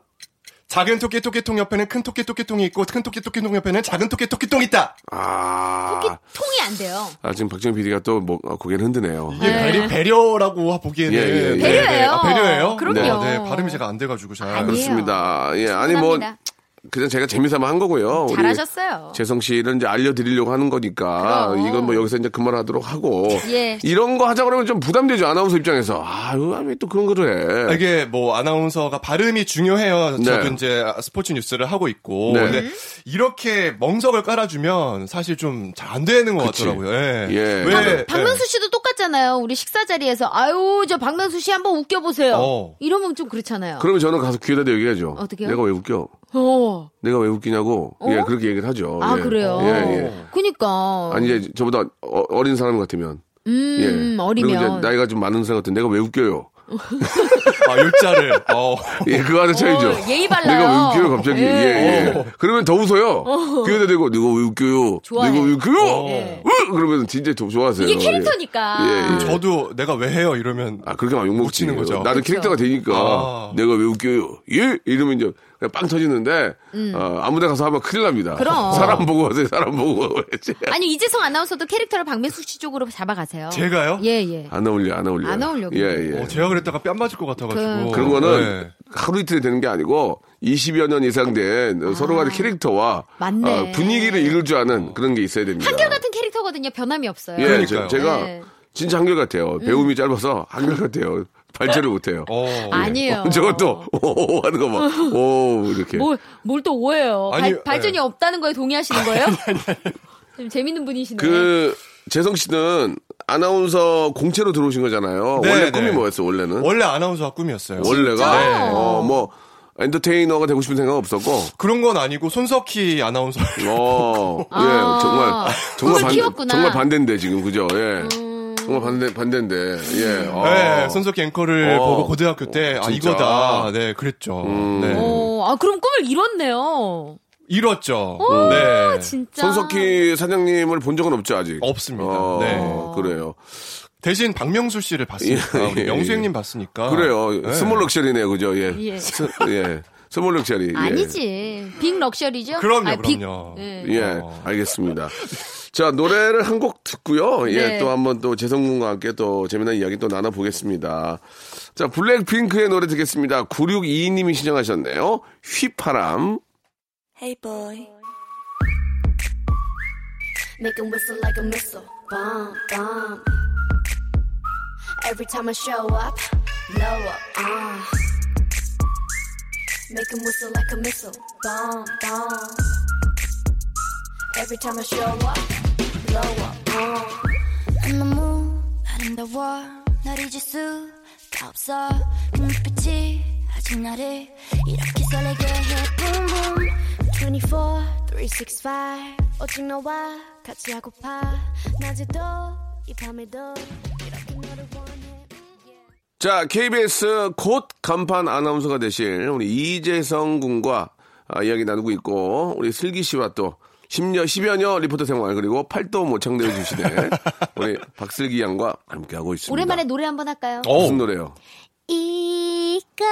[SPEAKER 6] 작은 토끼 토끼통 옆에는 큰 토끼 토끼통이 있고 큰 토끼 토끼통 옆에는 작은 토끼 토끼통이 있다
[SPEAKER 3] 아,
[SPEAKER 5] 이게 통이 안 돼요.
[SPEAKER 3] 아 지금 박정희 PD가 또 뭐, 어, 고개를 흔드네요.
[SPEAKER 6] 이게 배려, 배려라고 예, 보기에는
[SPEAKER 3] 예, 예, 예.
[SPEAKER 5] 배려예요.
[SPEAKER 6] 아, 배려예요?
[SPEAKER 5] 그럼요.
[SPEAKER 6] 네, 네, 발음이 제가 안 돼가지고 잘
[SPEAKER 5] 아니에요.
[SPEAKER 3] 그렇습니다. 예, 아니 뭐
[SPEAKER 5] 충분합니다.
[SPEAKER 3] 그냥 제가 재미삼아 한 거고요. 우리
[SPEAKER 5] 네. 잘하셨어요.
[SPEAKER 3] 재성 씨는 예. 이제 알려드리려고 하는 거니까
[SPEAKER 5] 그럼.
[SPEAKER 3] 이건 뭐 여기서 이제 그만하도록 하고
[SPEAKER 5] 예.
[SPEAKER 3] 이런 거 하자 그러면 좀 부담되죠 아나운서 입장에서 아왜또 그런 거를
[SPEAKER 6] 아,
[SPEAKER 3] 해
[SPEAKER 6] 이게 뭐 아나운서가 발음이 중요해요. 저도
[SPEAKER 3] 네.
[SPEAKER 6] 이제 스포츠 뉴스를 하고 있고.
[SPEAKER 3] 네.
[SPEAKER 6] 근데 이렇게 멍석을 깔아주면 사실 좀 잘 안 되는 것
[SPEAKER 3] 그치.
[SPEAKER 6] 같더라고요. 예.
[SPEAKER 3] 예.
[SPEAKER 6] 왜?
[SPEAKER 5] 박명수 씨도 똑같잖아요. 우리 식사 자리에서 아유 저 박명수 씨 한번 웃겨보세요.
[SPEAKER 6] 어.
[SPEAKER 5] 이러면 좀 그렇잖아요.
[SPEAKER 3] 그러면 저는 가서 귀에다 대고 얘기하죠
[SPEAKER 5] 어떻게요?
[SPEAKER 3] 내가 왜 웃겨
[SPEAKER 5] 어.
[SPEAKER 3] 내가 왜 웃기냐고
[SPEAKER 5] 어?
[SPEAKER 3] 예 그렇게 얘기를 하죠
[SPEAKER 5] 아
[SPEAKER 3] 예.
[SPEAKER 5] 그래요.
[SPEAKER 3] 예, 예.
[SPEAKER 5] 그니까.
[SPEAKER 3] 아니 이제 저보다 어, 어린 사람 같으면
[SPEAKER 5] 음
[SPEAKER 3] 예. 그리고 이제
[SPEAKER 5] 어리면.
[SPEAKER 3] 나이가 좀 많은 사람 같은 내가 왜 웃겨요
[SPEAKER 6] 예. 아, 요자를. 어. [laughs]
[SPEAKER 3] 예 그거 하나 차이죠
[SPEAKER 5] 어, 예의 발라요.
[SPEAKER 3] 내가 왜 웃겨요 갑자기
[SPEAKER 5] 예.
[SPEAKER 3] 예, 예. 그러면 더 웃어요 귀에다 대고 내가 왜 웃겨요
[SPEAKER 5] 좋아해.
[SPEAKER 3] 내가 왜 웃겨요 어.
[SPEAKER 5] 예.
[SPEAKER 3] 으! 그러면 진짜 더 좋아하세요
[SPEAKER 5] 이게
[SPEAKER 3] 예.
[SPEAKER 5] 캐릭터니까.
[SPEAKER 3] 예, 예.
[SPEAKER 6] 저도 내가 왜 해요? 이러면.
[SPEAKER 3] 아, 그렇게 막 욕먹지.
[SPEAKER 6] 묻히는 거죠.
[SPEAKER 3] 나도 캐릭터가 되니까.
[SPEAKER 6] 아.
[SPEAKER 3] 내가 왜 웃겨요? 예? 이러면 이제 그냥 빵 터지는데, 어, 아무 데 가서 하면 큰일 납니다.
[SPEAKER 5] 음. 그럼.
[SPEAKER 3] 사람 보고 하세요, 사람 보고. [laughs] 해야지.
[SPEAKER 5] 아니 이재성 아나운서도 캐릭터를 박명수 씨 쪽으로 잡아가세요.
[SPEAKER 6] 제가요?
[SPEAKER 5] 예 예.
[SPEAKER 3] 안 어울려, 안 어울려.
[SPEAKER 5] 안 어울려고.
[SPEAKER 3] 예, 예.
[SPEAKER 6] 어, 제가 그랬다가 뺨 맞을 것 같아가지고.
[SPEAKER 3] 그런 거는
[SPEAKER 6] 네.
[SPEAKER 3] 하루 이틀에 되는 게 아니고 20여 년 이상 된 서로 간의 캐릭터와
[SPEAKER 5] 아, 맞네.
[SPEAKER 3] 어, 분위기를 읽을 줄 아는 그런 게 있어야 됩니다.
[SPEAKER 5] 한결같은 캐릭터거든요. 변함이 없어요.
[SPEAKER 3] 예,
[SPEAKER 6] 그러니까요.
[SPEAKER 3] 저- 제가
[SPEAKER 5] 네. 음.
[SPEAKER 3] 진짜 한결같아요. 배움이 짧아서 한결같아요. 발제를 못해요.
[SPEAKER 6] 어.
[SPEAKER 5] 아니에요.
[SPEAKER 3] [laughs] 저것도 오 하는 거 막 오 이렇게
[SPEAKER 5] 뭘 또 오해요.
[SPEAKER 6] 아니,
[SPEAKER 5] 발, 발전이
[SPEAKER 6] 네.
[SPEAKER 5] 없다는 거에 동의하시는 거예요? 좀 재밌는 분이시네.
[SPEAKER 3] 그 재성 씨는 아나운서 공채로 들어오신 거잖아요.
[SPEAKER 6] 네,
[SPEAKER 3] 원래
[SPEAKER 6] 네.
[SPEAKER 3] 꿈이 뭐였어? 원래는
[SPEAKER 6] 원래 아나운서가 꿈이었어요.
[SPEAKER 3] 원래가
[SPEAKER 5] 진짜?
[SPEAKER 3] 어뭐 엔터테이너가 되고 싶은 생각 없었고
[SPEAKER 6] 그런 건 아니고 손석희 아나운서.
[SPEAKER 3] 어, 예,
[SPEAKER 5] 아,
[SPEAKER 3] 정말,
[SPEAKER 5] 꿈을
[SPEAKER 3] 정말
[SPEAKER 5] 키웠구나.
[SPEAKER 3] 반,
[SPEAKER 5] 음.
[SPEAKER 3] 정말 반대인데, 지금, 그죠, 예. 정말 반대, 반대인데, 예. 어.
[SPEAKER 6] [laughs] 네, 손석희 앵커를
[SPEAKER 3] 어.
[SPEAKER 6] 보고 고등학교 때, 아,
[SPEAKER 3] 진짜? 음.
[SPEAKER 6] 이거다. 네, 그랬죠. 네.
[SPEAKER 5] 어, 아, 그럼 꿈을 이뤘네요.
[SPEAKER 6] 이뤘죠.
[SPEAKER 5] 오,
[SPEAKER 6] 네.
[SPEAKER 5] 진짜.
[SPEAKER 3] 손석희 예. 사장님을 본 적은 없죠, 아직?
[SPEAKER 6] 없습니다.
[SPEAKER 3] 어,
[SPEAKER 6] 네.
[SPEAKER 3] 그래요.
[SPEAKER 6] 대신 박명수 씨를 봤으니까
[SPEAKER 3] 예,
[SPEAKER 6] 우리
[SPEAKER 3] 예,
[SPEAKER 6] 명수
[SPEAKER 3] 예.
[SPEAKER 6] 형님 봤으니까
[SPEAKER 3] 그래요.
[SPEAKER 6] 네.
[SPEAKER 3] 스몰 럭셔리네요, 그죠, 예.
[SPEAKER 5] 예.
[SPEAKER 3] 스, 예. 스몰 럭셔리. 예.
[SPEAKER 5] 아니지. 빅 럭셔리죠?
[SPEAKER 6] 그럼요,
[SPEAKER 5] 아, 빅-
[SPEAKER 6] 그럼요.
[SPEAKER 5] 예.
[SPEAKER 3] 예, 알겠습니다. 자, 노래를 한 곡 듣고요. 예,
[SPEAKER 5] 네.
[SPEAKER 3] 또 한번 또 재성군과 함께 또 재미난 이야기 또 나눠보겠습니다. 자, 블랙핑크의 노래 듣겠습니다. 9622님이 신청하셨네요. 휘파람.
[SPEAKER 8] Hey boy.
[SPEAKER 9] Make 'em whistle like a missile. Bomb, bomb. Every time I show up, blow up. Uh. Make 'em whistle like a missile. Bomb, bomb. Every time I show up, blow up. Uh.
[SPEAKER 8] 너무 아름다워 널 잊을 수가 없어 그 눈빛이 아직 나를 이렇게 설레게 해 Boom boom 24, 365 오직 너와 같이 하고파 낮에도 이 밤에도 이렇게 너를 원해 음, yeah.
[SPEAKER 3] 자, KBS 곧 간판 아나운서가 되실 우리 이재성 군과 아, 이야기 나누고 있고, 우리 슬기 씨와 또 10년, 10여년 리포터 생활, 그리고 팔도 모창대회 주시네. 우리 박슬기 양과 함께하고 있습니다.
[SPEAKER 5] 오랜만에 노래 한번 할까요?
[SPEAKER 3] 무슨 노래요?
[SPEAKER 5] 이건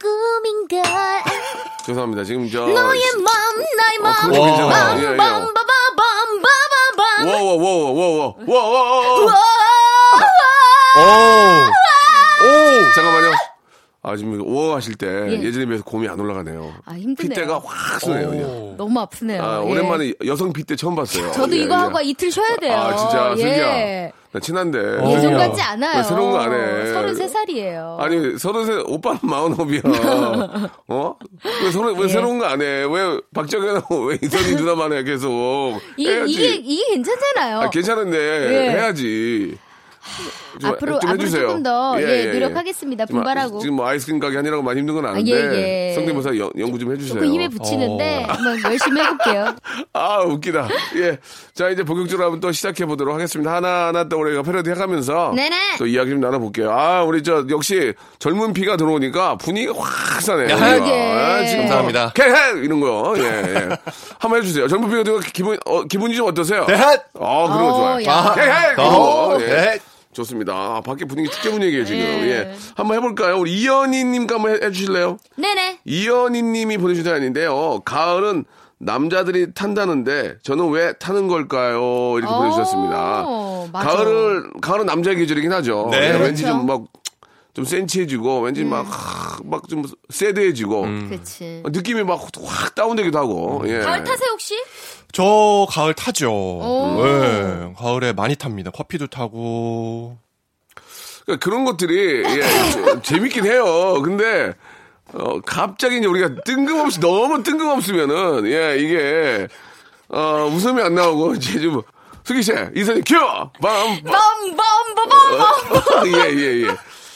[SPEAKER 5] 꿈인걸
[SPEAKER 3] 죄송합니다. 지금 저.
[SPEAKER 5] 너의 맘 나의
[SPEAKER 3] 아, 어,
[SPEAKER 5] 맘
[SPEAKER 3] 그거 괜찮아요. 예, 예.
[SPEAKER 5] 밤밤밤밤밤밤밤
[SPEAKER 3] 워워워워워워워워 아. 잠깐만요. 아 지금 워 하실 때
[SPEAKER 5] 예.
[SPEAKER 3] 예전에 비해서 곰이 안 올라가네요.
[SPEAKER 5] 아, 힘드네요.
[SPEAKER 3] 핏대가 확 쏘네요. 그냥.
[SPEAKER 5] 너무 아프네요.
[SPEAKER 3] 아
[SPEAKER 5] 예.
[SPEAKER 3] 오랜만에 여성 핏대 처음 봤어요.
[SPEAKER 5] 저도
[SPEAKER 3] 예,
[SPEAKER 5] 이거
[SPEAKER 3] 예.
[SPEAKER 5] 하고 이틀 쉬어야 돼요.
[SPEAKER 3] 아 진짜 슬기야.
[SPEAKER 5] 예.
[SPEAKER 3] 나 친한데.
[SPEAKER 5] 예전
[SPEAKER 3] 슬기야.
[SPEAKER 5] 같지 않아요.
[SPEAKER 3] 왜 새로운 거 안 해?
[SPEAKER 5] 33살이에요.
[SPEAKER 3] 아니 서른세 오빠는 마흔홉이야. 어? 왜 서른 왜 새로운 거 안 해? 왜 박정현하고 왜 이선희 누나만 해 계속?
[SPEAKER 5] 이게,
[SPEAKER 3] 예, 해야지.
[SPEAKER 5] 이게, 이게 괜찮잖아요.
[SPEAKER 3] 아, 괜찮은데
[SPEAKER 5] 예.
[SPEAKER 3] 해야지. 좀,
[SPEAKER 5] 앞으로,
[SPEAKER 3] 좀
[SPEAKER 5] 앞으로
[SPEAKER 3] 해주세요.
[SPEAKER 5] 조금 더
[SPEAKER 3] 예,
[SPEAKER 5] 예,
[SPEAKER 3] 예, 예.
[SPEAKER 5] 노력하겠습니다.
[SPEAKER 3] 지금 아,
[SPEAKER 5] 분발하고.
[SPEAKER 3] 지금 뭐 아이스크림 가게 하느라고 많이 힘든 건 아닌데
[SPEAKER 5] 아, 예, 예.
[SPEAKER 3] 성대모사 연, 연구 좀 해주세요. 어.
[SPEAKER 5] 조금 힘에 붙이는데 한번 열심히 해볼게요. [laughs]
[SPEAKER 3] 아 웃기다. 예, 자 이제 본격적으로 한번 또 시작해 보도록 하겠습니다. 하나 하나 또 우리가 패러디해가면서
[SPEAKER 5] 네네.
[SPEAKER 3] 또 이야기 좀 나눠볼게요. 아 우리 저 역시 젊은 피가 들어오니까 분위기가 확 사네. 우리가.
[SPEAKER 5] 예.
[SPEAKER 3] 아, 지금
[SPEAKER 6] 감사합니다.
[SPEAKER 3] 뭐, 개해 이런 거요. 예, 예. 한번 해주세요. 젊은 피가 들어 기분 어, 기분이 좀 어떠세요?
[SPEAKER 6] 대핫!
[SPEAKER 3] 어 그런 거
[SPEAKER 5] 어,
[SPEAKER 3] 좋아요.
[SPEAKER 5] 야.
[SPEAKER 3] 개해.
[SPEAKER 6] 어,
[SPEAKER 3] 예.
[SPEAKER 6] 네.
[SPEAKER 3] 좋습니다. 아, 밖에 분위기 특제 분위기예요 지금.
[SPEAKER 5] 예.
[SPEAKER 3] 예. 한번 해볼까요? 우리 이연희님과 한번 해- 해주실래요?
[SPEAKER 5] 네네.
[SPEAKER 3] 이연희님이 보내주신 사연인데요. 가을은 남자들이 탄다는데 저는 왜 타는 걸까요? 이렇게
[SPEAKER 5] 오,
[SPEAKER 3] 보내주셨습니다.
[SPEAKER 5] 어, 맞아.
[SPEAKER 3] 가을을 가을은 남자의 계절이긴 하죠.
[SPEAKER 6] 네.
[SPEAKER 3] 예, 왠지
[SPEAKER 5] 그렇죠.
[SPEAKER 3] 좀
[SPEAKER 5] 음.
[SPEAKER 3] 막 좀 센치해지고 왠지 막 막 좀 세드해지고
[SPEAKER 5] 그치.
[SPEAKER 3] 느낌이 막 확 다운되기도 하고. 예.
[SPEAKER 5] 가을 타세요, 혹시?
[SPEAKER 6] 저 가을 타죠. 네, 가을에 많이 탑니다. 커피도 타고.
[SPEAKER 3] 그러니까 그런 것들이 예, 재- 재밌긴 해요. 근데 어, 갑자기 이제 우리가 뜬금없이 너무 뜬금없으면은 예 이게 어, 웃음이 안 나오고 이제 좀 수기 씨 이사님 큐 밤. [laughs] 어?
[SPEAKER 5] 밤밤밤밤밤.
[SPEAKER 3] 예예 예.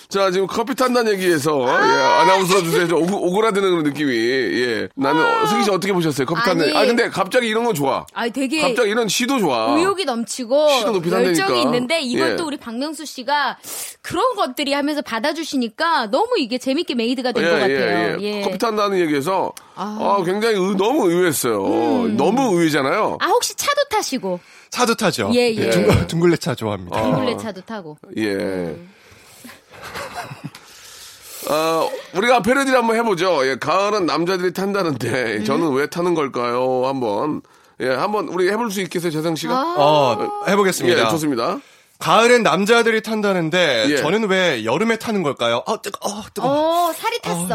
[SPEAKER 3] 자 지금 커피 탄다는 얘기에서 예, 아나운서 주세요. 좀 오그, 오그라드는 그런 느낌이 예. 나는 어, 수기 씨 어떻게 보셨어요? 커피 탄다.
[SPEAKER 5] 아니.
[SPEAKER 3] 아 근데 갑자기 이런 건 좋아.
[SPEAKER 5] 아, 되게
[SPEAKER 3] 갑자기 이런 시도 좋아.
[SPEAKER 5] 의욕이 넘치고
[SPEAKER 3] 시도 높이 산다니까.
[SPEAKER 5] 열정이 있는데 이걸
[SPEAKER 3] 예.
[SPEAKER 5] 또 우리 박명수 씨가 그런 것들이 하면서 받아주시니까 너무 이게 재밌게 메이드가 된 것 같아요. 예.
[SPEAKER 3] 커피 탄다는 얘기에서 아, 굉장히 의- 너무 의외였어요. 너무 의외잖아요.
[SPEAKER 5] 음. 아 혹시 차도 타시고
[SPEAKER 6] 차도 타죠. 네.
[SPEAKER 5] 예, 예.
[SPEAKER 6] 둥글, 둥글레 차 좋아합니다.
[SPEAKER 5] 둥글레 차도 타고
[SPEAKER 3] 예. 어, 우리가 패러디를 한번 해보죠. 예, 가을은 남자들이
[SPEAKER 5] 음.
[SPEAKER 3] 탄다는데 저는 왜 타는 걸까요? 한번 예, 한번 우리 해볼 수 있겠어요, 재상
[SPEAKER 5] 아.
[SPEAKER 3] 씨가?
[SPEAKER 6] 어, 해보겠습니다.
[SPEAKER 3] 아. 예, 좋습니다.
[SPEAKER 6] 가을엔 남자들이 탄다는데
[SPEAKER 3] 예.
[SPEAKER 6] 저는 왜 여름에 타는 걸까요? 아 뜨거, 어 뜨거.
[SPEAKER 5] 어 살이
[SPEAKER 3] 아.
[SPEAKER 5] 탔어.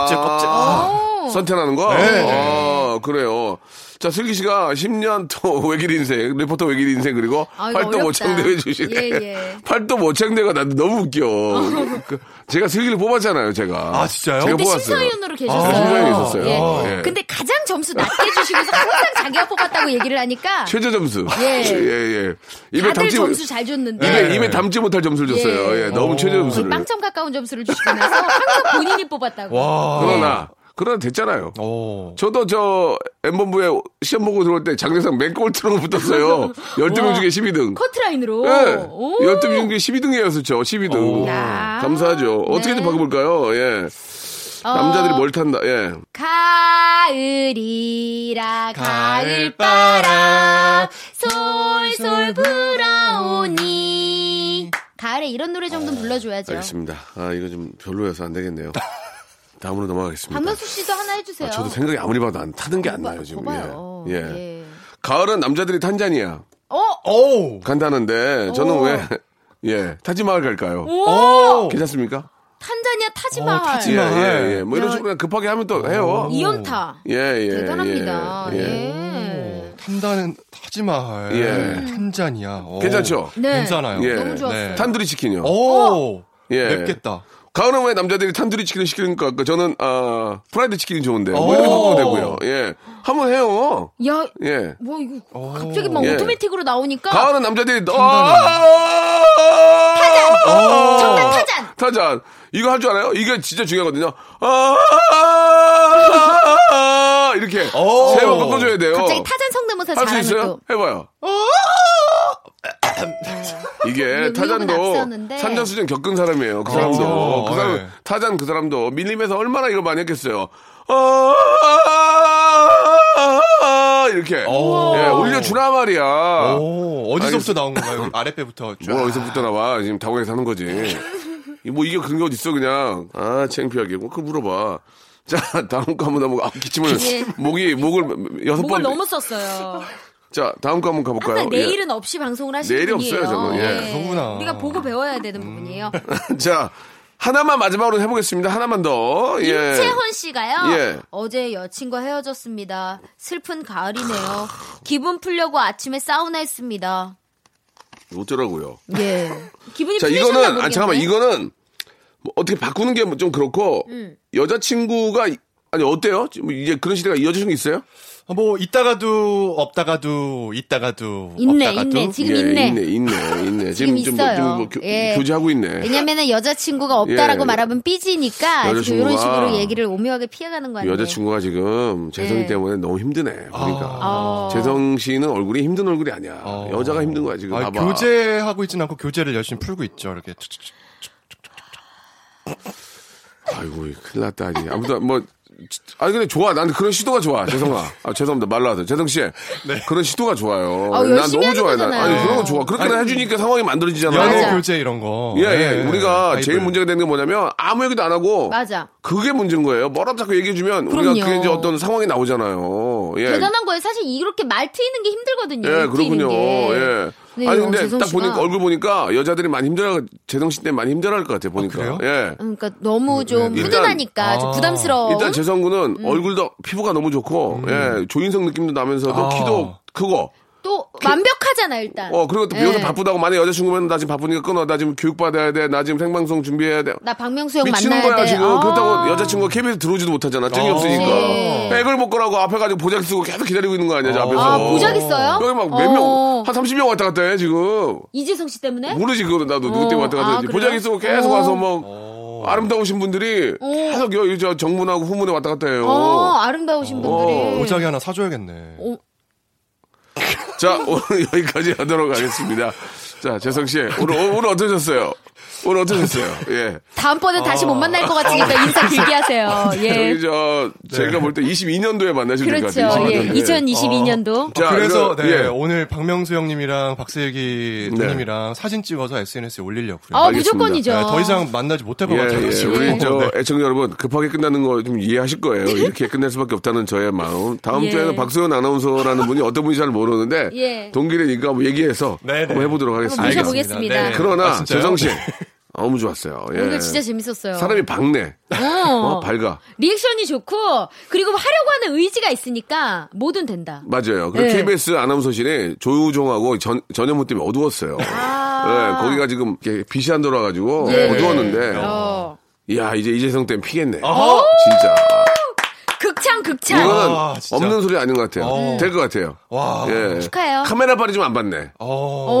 [SPEAKER 6] 껍질, 껍질. 아.
[SPEAKER 5] 어.
[SPEAKER 3] 선택하는 거?
[SPEAKER 6] 네.
[SPEAKER 3] 아, 그래요. 자, 슬기 씨가 10년 또 [laughs] 외길 인생, 리포터 외길 인생, 그리고
[SPEAKER 5] 아,
[SPEAKER 3] 팔도
[SPEAKER 5] 이거 어렵다.
[SPEAKER 3] 모창대회 주시네.
[SPEAKER 5] 예, 예.
[SPEAKER 3] [laughs] 팔도 모창대회가 나한테 너무
[SPEAKER 5] [laughs]
[SPEAKER 3] 웃겨. 그, 제가 슬기를 뽑았잖아요, 제가.
[SPEAKER 6] 아, 진짜요?
[SPEAKER 3] 제가
[SPEAKER 5] 그때
[SPEAKER 3] 뽑았어요.
[SPEAKER 5] 심사위원으로 계셨어요.
[SPEAKER 3] 아, 심사위원이 있었어요.
[SPEAKER 5] 예.
[SPEAKER 3] 예.
[SPEAKER 5] 근데 가장 점수 낮게 주시면서 항상 자기가 뽑았다고 얘기를 하니까
[SPEAKER 3] 최저 점수.
[SPEAKER 5] 예.
[SPEAKER 3] [laughs] 예, 예. 입에
[SPEAKER 5] 다들
[SPEAKER 3] 담지,
[SPEAKER 5] 점수 잘 줬는데
[SPEAKER 3] 입에,
[SPEAKER 6] 네.
[SPEAKER 3] 입에 담지 못할 점수를 줬어요.
[SPEAKER 5] 예.
[SPEAKER 3] 예, 너무 최저
[SPEAKER 5] 거의
[SPEAKER 3] 점수를.
[SPEAKER 5] 빵점 가까운 점수를 주시고 나서 항상 본인이 뽑았다고.
[SPEAKER 6] 와.
[SPEAKER 3] 그러나, 그러나 됐잖아요.
[SPEAKER 6] 오.
[SPEAKER 3] 저도 저 엠본부에 시험 보고 들어올 때 장례상 맨 꼴트로
[SPEAKER 5] [laughs]
[SPEAKER 3] 붙었어요. 12명 중에 12등.
[SPEAKER 5] 커트라인으로. 오.
[SPEAKER 3] 예. 12명 중에 12등이었었죠. 12등.
[SPEAKER 6] 오.
[SPEAKER 5] 야.
[SPEAKER 3] 어, 감사하죠. 어떻게든
[SPEAKER 5] 네.
[SPEAKER 3] 바꿔볼까요? 예.
[SPEAKER 5] 어, 그렇죠.
[SPEAKER 3] 남자들이 뭘 탄다. 예.
[SPEAKER 5] 가을이라 가을바람 솔솔 불어오니 가을에 이런 노래 정도는 불러줘야죠.
[SPEAKER 3] 알겠습니다. 아, 이거 좀 별로여서 안
[SPEAKER 5] [laughs]
[SPEAKER 3] 되겠네요. 다음으로 넘어가겠습니다.
[SPEAKER 5] 박명수 씨도 하나 해주세요.
[SPEAKER 3] 저도 생각이 아무리 봐도 안 타는 게 안
[SPEAKER 5] 봐-
[SPEAKER 3] 나요, 지금.
[SPEAKER 5] 어, 봐봐요.
[SPEAKER 3] 예.
[SPEAKER 5] 예.
[SPEAKER 3] 예. 가을은 남자들이 탄자니아
[SPEAKER 5] 어?
[SPEAKER 6] 오.
[SPEAKER 3] 간다는데 저는
[SPEAKER 5] 오.
[SPEAKER 3] 왜 [laughs] 예, 타지마을 갈까요?
[SPEAKER 6] 오.
[SPEAKER 3] 괜찮습니까?
[SPEAKER 5] 탄자니아 타지마할.
[SPEAKER 3] 예,
[SPEAKER 6] 타지마할.
[SPEAKER 3] 예, 예. 뭐 이런
[SPEAKER 5] 야.
[SPEAKER 3] 식으로 그냥 급하게 하면 또 해요.
[SPEAKER 5] 이연타.
[SPEAKER 3] 예, 예.
[SPEAKER 5] 대단합니다.
[SPEAKER 3] 예,
[SPEAKER 5] 예.
[SPEAKER 3] 예.
[SPEAKER 5] 네.
[SPEAKER 6] 탄다는 타지 말.
[SPEAKER 3] 예.
[SPEAKER 6] 탄잔이야. 오.
[SPEAKER 3] 괜찮죠?
[SPEAKER 5] 네.
[SPEAKER 6] 괜찮아요.
[SPEAKER 3] 예.
[SPEAKER 5] 너무 좋았어요. 어.
[SPEAKER 6] 네.
[SPEAKER 3] 탄두리 치킨이요.
[SPEAKER 6] 오.
[SPEAKER 3] 예.
[SPEAKER 6] 맵겠다.
[SPEAKER 3] 가을은 왜 남자들이 탄두리 치킨을 시키는 것 같고 저는 아 프라이드 치킨이 좋은데 뭐 이런
[SPEAKER 6] 오.
[SPEAKER 3] 거 되고요. 예, 한번 해요.
[SPEAKER 5] 야,
[SPEAKER 3] 예.
[SPEAKER 5] 뭐 이거 갑자기 막
[SPEAKER 3] 예.
[SPEAKER 5] 오토매틱으로 나오니까
[SPEAKER 3] 가을은 남자들이 너
[SPEAKER 5] 정답 타잔.
[SPEAKER 3] 타잔 이거 할 줄 알아요? 이게 진짜 중요하거든요.
[SPEAKER 6] [laughs]
[SPEAKER 3] 아~ 이렇게
[SPEAKER 6] 오.
[SPEAKER 3] 세번 꺾어줘야 돼요.
[SPEAKER 5] 갑자기 타잔 성대모사
[SPEAKER 3] 할 수 [laughs]
[SPEAKER 5] 잘하면
[SPEAKER 3] 있어요?
[SPEAKER 5] 또
[SPEAKER 3] 해봐요. 이게
[SPEAKER 5] 의욕은
[SPEAKER 3] 타잔도
[SPEAKER 5] 앞섰는데.
[SPEAKER 3] 산전수전 겪은 사람이에요. 그 사람도
[SPEAKER 6] 어,
[SPEAKER 3] 그 사람
[SPEAKER 6] 네.
[SPEAKER 3] 타잔 그 사람도 밀림에서 얼마나 이걸 많이 했겠어요. 아, 이렇게
[SPEAKER 6] 오.
[SPEAKER 3] 예, 올려주라 말이야.
[SPEAKER 6] 오, 어디서부터 나온 건가요? 아랫배부터. 쭉.
[SPEAKER 3] 아. 뭐 어디서부터 나와? 지금 당황해서 하는 거지. 이 뭐 이게 그런 게 어딨어 그냥. 아 창피하게. 뭐 그거 물어봐. 자 다음 거 한번 가보고 아, 기침을
[SPEAKER 5] 예.
[SPEAKER 3] 목이 목을 여섯
[SPEAKER 10] 목을
[SPEAKER 3] 번.
[SPEAKER 10] 너무 썼어요.
[SPEAKER 3] 자 다음 거 한번 가볼까요? 예.
[SPEAKER 5] 항상 내일은 없이 방송을 하시는
[SPEAKER 3] 내일이
[SPEAKER 5] 분이에요.
[SPEAKER 3] 없어요, 저는. 예.
[SPEAKER 6] 그거구나.
[SPEAKER 5] 우리가 보고 배워야 되는 부분이에요.
[SPEAKER 3] 예. [laughs] 자 하나만 마지막으로 해보겠습니다. 하나만 더. 예.
[SPEAKER 5] 임채헌 씨가요.
[SPEAKER 3] 예.
[SPEAKER 5] 어제 여친과 헤어졌습니다. 슬픈 가을이네요. 기분 풀려고 아침에 사우나 했습니다.
[SPEAKER 3] 어쩌라고요?
[SPEAKER 5] 예. 기분이
[SPEAKER 3] 자
[SPEAKER 5] 풀리셨나
[SPEAKER 3] 이거는
[SPEAKER 5] 모르겠네.
[SPEAKER 3] 아 잠깐만 이거는 뭐 어떻게 바꾸는 게 좀 그렇고
[SPEAKER 5] 음.
[SPEAKER 3] 여자친구가 이- 아니 어때요? 지금 뭐 이제 그런 시대가 이어지는 게 있어요?
[SPEAKER 6] 어, 뭐 있다가도 없다가도 있다가도
[SPEAKER 5] 있네,
[SPEAKER 6] 없다가도
[SPEAKER 5] 있네. 지금
[SPEAKER 3] 예,
[SPEAKER 5] 있네.
[SPEAKER 3] 있네, 있네, 있네.
[SPEAKER 5] [laughs] 지금
[SPEAKER 3] 지금, 좀 뭐-
[SPEAKER 5] 있어요.
[SPEAKER 3] 지금 뭐 교,
[SPEAKER 5] 예.
[SPEAKER 3] 교제하고 있네.
[SPEAKER 5] 왜냐면은 여자친구가 없다라고
[SPEAKER 3] 예.
[SPEAKER 5] 말하면 삐지니까 지금 이런
[SPEAKER 3] 여자친구가-
[SPEAKER 5] 식으로 얘기를 오묘하게 피해가는 거 아니에요?
[SPEAKER 3] 여자친구가 지금 재성이
[SPEAKER 5] 예.
[SPEAKER 3] 때문에 너무 힘드네. 그러니까
[SPEAKER 5] 아.
[SPEAKER 3] 재성 씨는 얼굴이 힘든 얼굴이 아니야.
[SPEAKER 6] 아.
[SPEAKER 3] 여자가 힘든 거야 지금.
[SPEAKER 6] 아,
[SPEAKER 3] 봐봐.
[SPEAKER 6] 교제하고 있진 않고 교제를 열심히 풀고 있죠. 이렇게 툭툭툭.
[SPEAKER 3] 아이고 큰일 났다. 아니. 아무튼 뭐. 아니 근데 좋아. 난 그런 시도가 좋아. 재성아. 아 죄송합니다. 말 나와서 재성 씨.
[SPEAKER 6] 네.
[SPEAKER 3] 그런 시도가 좋아요.
[SPEAKER 5] 아우,
[SPEAKER 3] 난 너무
[SPEAKER 5] 열심히 하는
[SPEAKER 3] 좋아요. 난.
[SPEAKER 5] 거잖아요.
[SPEAKER 3] 아니 그런 거 좋아. 그렇게 해주니까 상황이 만들어지잖아.
[SPEAKER 6] 연애
[SPEAKER 5] 맞아.
[SPEAKER 6] 교제 이런 거.
[SPEAKER 3] 예, 예.
[SPEAKER 6] 네.
[SPEAKER 3] 우리가
[SPEAKER 6] 아이들.
[SPEAKER 3] 제일 문제가 되는 게 뭐냐면 아무 얘기도 안 하고
[SPEAKER 5] 맞아.
[SPEAKER 3] 그게 문제인 거예요. 뭐라도 자꾸 얘기해주면 우리가
[SPEAKER 5] 그럼요.
[SPEAKER 3] 그게 이제 어떤 상황이 나오잖아요. 예.
[SPEAKER 5] 대단한 거예요. 사실 이렇게 말 트이는 게 힘들거든요.
[SPEAKER 3] 예,
[SPEAKER 5] 입 트이는
[SPEAKER 3] 그렇군요.
[SPEAKER 5] 게.
[SPEAKER 3] 예.
[SPEAKER 5] 네,
[SPEAKER 3] 아니 근데
[SPEAKER 5] 재성
[SPEAKER 3] 딱
[SPEAKER 5] 씨가-
[SPEAKER 3] 보니까 얼굴 보니까 여자들이 많이 힘들어 재성 씨 때문에 많이 힘들어할 것 같아 요 보니까.
[SPEAKER 6] 그래요?
[SPEAKER 3] 예.
[SPEAKER 5] 그러니까 너무 좀
[SPEAKER 3] 일단-
[SPEAKER 5] 훈훈하니까 좀
[SPEAKER 6] 아.
[SPEAKER 5] 부담스러워.
[SPEAKER 3] 일단 재성 군은
[SPEAKER 5] 음.
[SPEAKER 3] 얼굴도 피부가 너무 좋고 예 조인성 느낌도 나면서도
[SPEAKER 6] 아.
[SPEAKER 3] 키도 크고
[SPEAKER 5] 또 완벽하잖아 일단.
[SPEAKER 3] 그 어 그리고 또 비워서
[SPEAKER 5] 예.
[SPEAKER 3] 바쁘다고 만약에 여자친구면 나 지금 바쁘니까 끊어 나 지금 교육 받아야 돼 나 지금 생방송 준비해야 돼
[SPEAKER 5] 나 박명수 형
[SPEAKER 3] 미치는
[SPEAKER 5] 만나야
[SPEAKER 3] 거야
[SPEAKER 5] 돼.
[SPEAKER 3] 지금
[SPEAKER 5] 아.
[SPEAKER 3] 그렇다고 여자친구가 KBS 들어오지도 못하잖아 증이
[SPEAKER 6] 아.
[SPEAKER 3] 없으니까
[SPEAKER 5] 네.
[SPEAKER 3] 백을 못 거라고 앞에 가지고 보자기 쓰고 계속 기다리고 있는 거 아니야 저
[SPEAKER 6] 아,
[SPEAKER 3] 앞에서
[SPEAKER 5] 아 보작 있어요?
[SPEAKER 3] 여기 막
[SPEAKER 5] 어.
[SPEAKER 3] 몇 명 한 30명 왔다 갔다 해 지금
[SPEAKER 5] 이재성 씨 때문에?
[SPEAKER 3] 모르지 그거는 나도 누구 때문에 왔다 갔다
[SPEAKER 5] 아,
[SPEAKER 3] 했지
[SPEAKER 5] 그래요?
[SPEAKER 3] 보자기 쓰고 계속
[SPEAKER 5] 어.
[SPEAKER 3] 와서 막 아름다우신 분들이 계속 여기 저 정문하고 후문에 왔다 갔다 해요
[SPEAKER 5] 어 아름다우신 분들이.
[SPEAKER 3] 어,
[SPEAKER 5] 어,
[SPEAKER 6] 보자기 하나 사줘야겠네.
[SPEAKER 5] 오,
[SPEAKER 3] 자 오늘 여기까지 하도록 하겠습니다 자 재성 씨 오늘 오늘 어떠셨어요 오늘 어떠셨어요 예
[SPEAKER 5] 다음번에 다시 못 만날 것 같으니까 인사 길게 하세요.
[SPEAKER 3] [laughs]
[SPEAKER 5] 예.
[SPEAKER 3] 여기 저 제가 볼 때 22년도에 만나실
[SPEAKER 5] 그렇죠.
[SPEAKER 3] 것 같아요.
[SPEAKER 5] 예.
[SPEAKER 3] 22년도에.
[SPEAKER 5] 2022년도.
[SPEAKER 3] 자,
[SPEAKER 6] 그래서
[SPEAKER 3] 이거-
[SPEAKER 6] 네,
[SPEAKER 3] 예.
[SPEAKER 6] 오늘 박명수 형님이랑 박슬기
[SPEAKER 3] 네.
[SPEAKER 6] 누님이랑 사진 찍어서 SNS에 올리려고요.
[SPEAKER 5] 아
[SPEAKER 3] 알겠습니다.
[SPEAKER 5] 무조건이죠.
[SPEAKER 6] 네, 더 이상 만나지 못할 것
[SPEAKER 3] 예,
[SPEAKER 6] 같아요.
[SPEAKER 3] 예.
[SPEAKER 6] 지금.
[SPEAKER 3] 우리
[SPEAKER 6] 네.
[SPEAKER 3] 저 애청자 여러분 급하게 끝나는 거 좀 이해하실 거예요. 이렇게 끝낼 수밖에 없다는 저의 마음. 다음
[SPEAKER 5] 예.
[SPEAKER 3] 주에는 박소연 아나운서라는 분이 어떤 분인지 잘 모르는데
[SPEAKER 5] 예.
[SPEAKER 3] 동기래니까 뭐 얘기해서
[SPEAKER 6] 네, 네.
[SPEAKER 3] 한번 해보도록 하겠습니다.
[SPEAKER 5] 한번 모셔보겠습니다. 알겠습니다.
[SPEAKER 3] 그러나
[SPEAKER 6] 아, 진짜요?
[SPEAKER 3] 재성 씨
[SPEAKER 6] 네.
[SPEAKER 3] 너무 좋았어요. 예.
[SPEAKER 5] 오늘 진짜 재밌었어요.
[SPEAKER 3] 사람이 밝네.
[SPEAKER 5] 어.
[SPEAKER 3] 어, 밝아.
[SPEAKER 5] 리액션이 좋고 그리고 하려고 하는 의지가 있으니까 뭐든 된다.
[SPEAKER 3] 맞아요. 그리고
[SPEAKER 5] 예.
[SPEAKER 3] KBS 아나운서실이 조우종하고 전, 전현무 때문에 어두웠어요.
[SPEAKER 5] 아.
[SPEAKER 3] 예, 거기가 지금 이렇게 빛이 안 돌아가지고
[SPEAKER 5] 예.
[SPEAKER 3] 어두웠는데
[SPEAKER 5] 어.
[SPEAKER 3] 이야 이제 이재성 때문에 피겠네. 어?
[SPEAKER 6] 아하!
[SPEAKER 3] 진짜.
[SPEAKER 5] 극찬 극찬.
[SPEAKER 3] 이거는
[SPEAKER 6] 아, 진짜.
[SPEAKER 3] 없는 소리 아닌 것 같아요.
[SPEAKER 6] 어.
[SPEAKER 3] 될 것 같아요.
[SPEAKER 6] 와.
[SPEAKER 3] 예.
[SPEAKER 5] 축하해요.
[SPEAKER 3] 카메라 발이 좀 안 받네.
[SPEAKER 6] 어.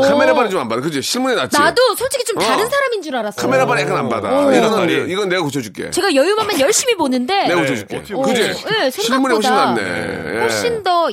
[SPEAKER 5] 오.
[SPEAKER 3] 카메라 발이 좀 안 받아. 그지? 실문에 났지.
[SPEAKER 5] 나도 솔직히 좀 다른
[SPEAKER 3] 어.
[SPEAKER 5] 사람인 줄 알았어.
[SPEAKER 3] 카메라 발이 약간 안 받아.
[SPEAKER 6] 오.
[SPEAKER 3] 이거는
[SPEAKER 6] 발이.
[SPEAKER 3] 내- 이건 내가 고쳐줄게.
[SPEAKER 5] 제가 여유만면 열심히 보는데
[SPEAKER 3] 내가
[SPEAKER 6] 네.
[SPEAKER 3] 고쳐줄게.
[SPEAKER 6] 어떻게
[SPEAKER 3] 그지?
[SPEAKER 5] 어, 예,
[SPEAKER 3] 실물이 훨씬
[SPEAKER 5] 생각보다
[SPEAKER 3] 낫네. 예.
[SPEAKER 5] 훨씬 더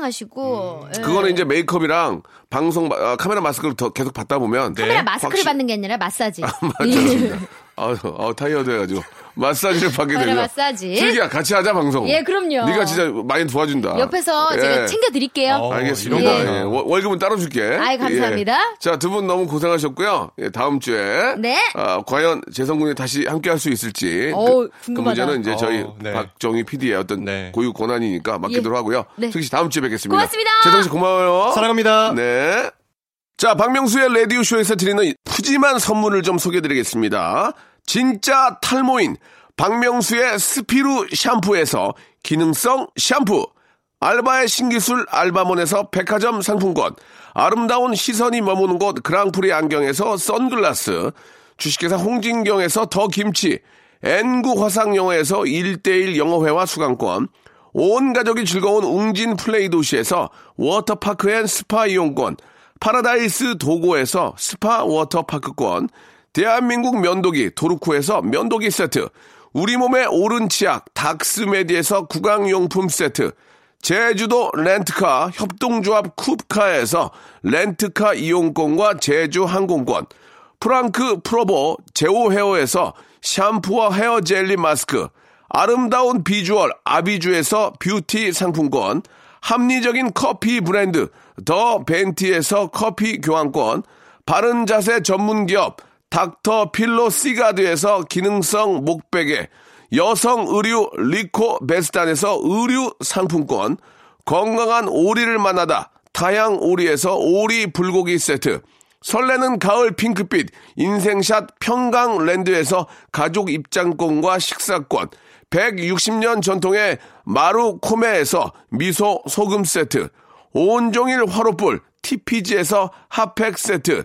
[SPEAKER 5] 얄쌍하시고 예.
[SPEAKER 3] 그거는 이제 메이크업이랑 방송 마- 아, 카메라 마스크를 더 계속 받다 보면
[SPEAKER 5] 카메라
[SPEAKER 3] 네.
[SPEAKER 5] 마스크를
[SPEAKER 3] 확실-
[SPEAKER 5] 받는 게
[SPEAKER 3] [laughs]
[SPEAKER 5] 아니라 마사지.
[SPEAKER 3] 맞습니다. 아, 아, 타이어드 해가지고 마사지를 받게
[SPEAKER 5] 카메라
[SPEAKER 3] 되면
[SPEAKER 5] 마사지.
[SPEAKER 3] 슬기야 같이 하자 방송.
[SPEAKER 5] 예, 그럼요.
[SPEAKER 3] 네가 진짜 많이 도와준다.
[SPEAKER 5] [laughs] 옆에서
[SPEAKER 3] 예.
[SPEAKER 5] 제가 챙겨드릴게요.
[SPEAKER 6] 어, 이런
[SPEAKER 3] 알겠습니다.
[SPEAKER 6] 거구나.
[SPEAKER 3] 예, 월- 월급은 따로 줄게.
[SPEAKER 5] 아이, 감사합니다.
[SPEAKER 3] 예. 자, 두 분 너무 고생하셨고요. 예, 다음 주에
[SPEAKER 5] 네.
[SPEAKER 3] 아, 과연 재성군이 다시 함께 할 수 있을지.
[SPEAKER 5] 어우,
[SPEAKER 3] 그, 그
[SPEAKER 5] 궁금하다.
[SPEAKER 3] 문제는 이제 저희
[SPEAKER 6] 어, 네.
[SPEAKER 3] 박정희 PD의 어떤
[SPEAKER 6] 네.
[SPEAKER 3] 고유 권한이니까 맡기도록
[SPEAKER 5] 예.
[SPEAKER 3] 하고요.
[SPEAKER 5] 네.
[SPEAKER 3] 승기 씨 다음 주에 뵙겠습니다.
[SPEAKER 5] 고맙습니다.
[SPEAKER 3] 재성 씨 고마워요.
[SPEAKER 6] 사랑합니다.
[SPEAKER 3] 네. 자, 박명수의 라디오쇼에서 드리는 푸짐한 선물을 좀 소개드리겠습니다. 진짜 탈모인 박명수의 스피루 샴푸에서 기능성 샴푸. 알바의 신기술 알바몬에서 백화점 상품권. 아름다운 시선이 머무는 곳 그랑프리 안경에서 선글라스. 주식회사 홍진경에서 더 김치. N구 화상영어에서 1대1 영어회화 수강권. 온 가족이 즐거운 웅진 플레이 도시에서 워터파크 앤 스파 이용권, 파라다이스 도고에서 스파 워터파크권, 대한민국 면도기 도르코에서 면도기 세트, 우리 몸의 오른 치약 닥스메디에서 구강용품 세트, 제주도 렌트카 협동조합 쿱카에서 렌트카 이용권과 제주 항공권, 프랑크 프로보 제오 헤어에서 샴푸와 헤어 젤리 마스크, 아름다운 비주얼 아비주에서 뷰티 상품권, 합리적인 커피 브랜드 더 벤티에서 커피 교환권, 바른 자세 전문 기업 닥터 필로 시가드에서 기능성 목베개, 여성 의류 리코 베스탄에서 의류 상품권, 건강한 오리를 만나다 타양 오리에서 오리 불고기 세트, 설레는 가을 핑크빛 인생샷 평강랜드에서 가족 입장권과 식사권, 160년 전통의 마루코메에서 미소 소금 세트, 온종일 화로불 TPG에서 핫팩 세트,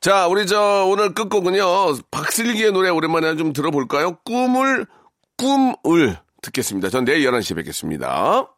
[SPEAKER 3] 자, 우리 저 오늘 끝곡은요. 박슬기의 노래 오랜만에 좀 들어볼까요? 꿈을 꿈을 듣겠습니다. 전 내일 11시에 뵙겠습니다.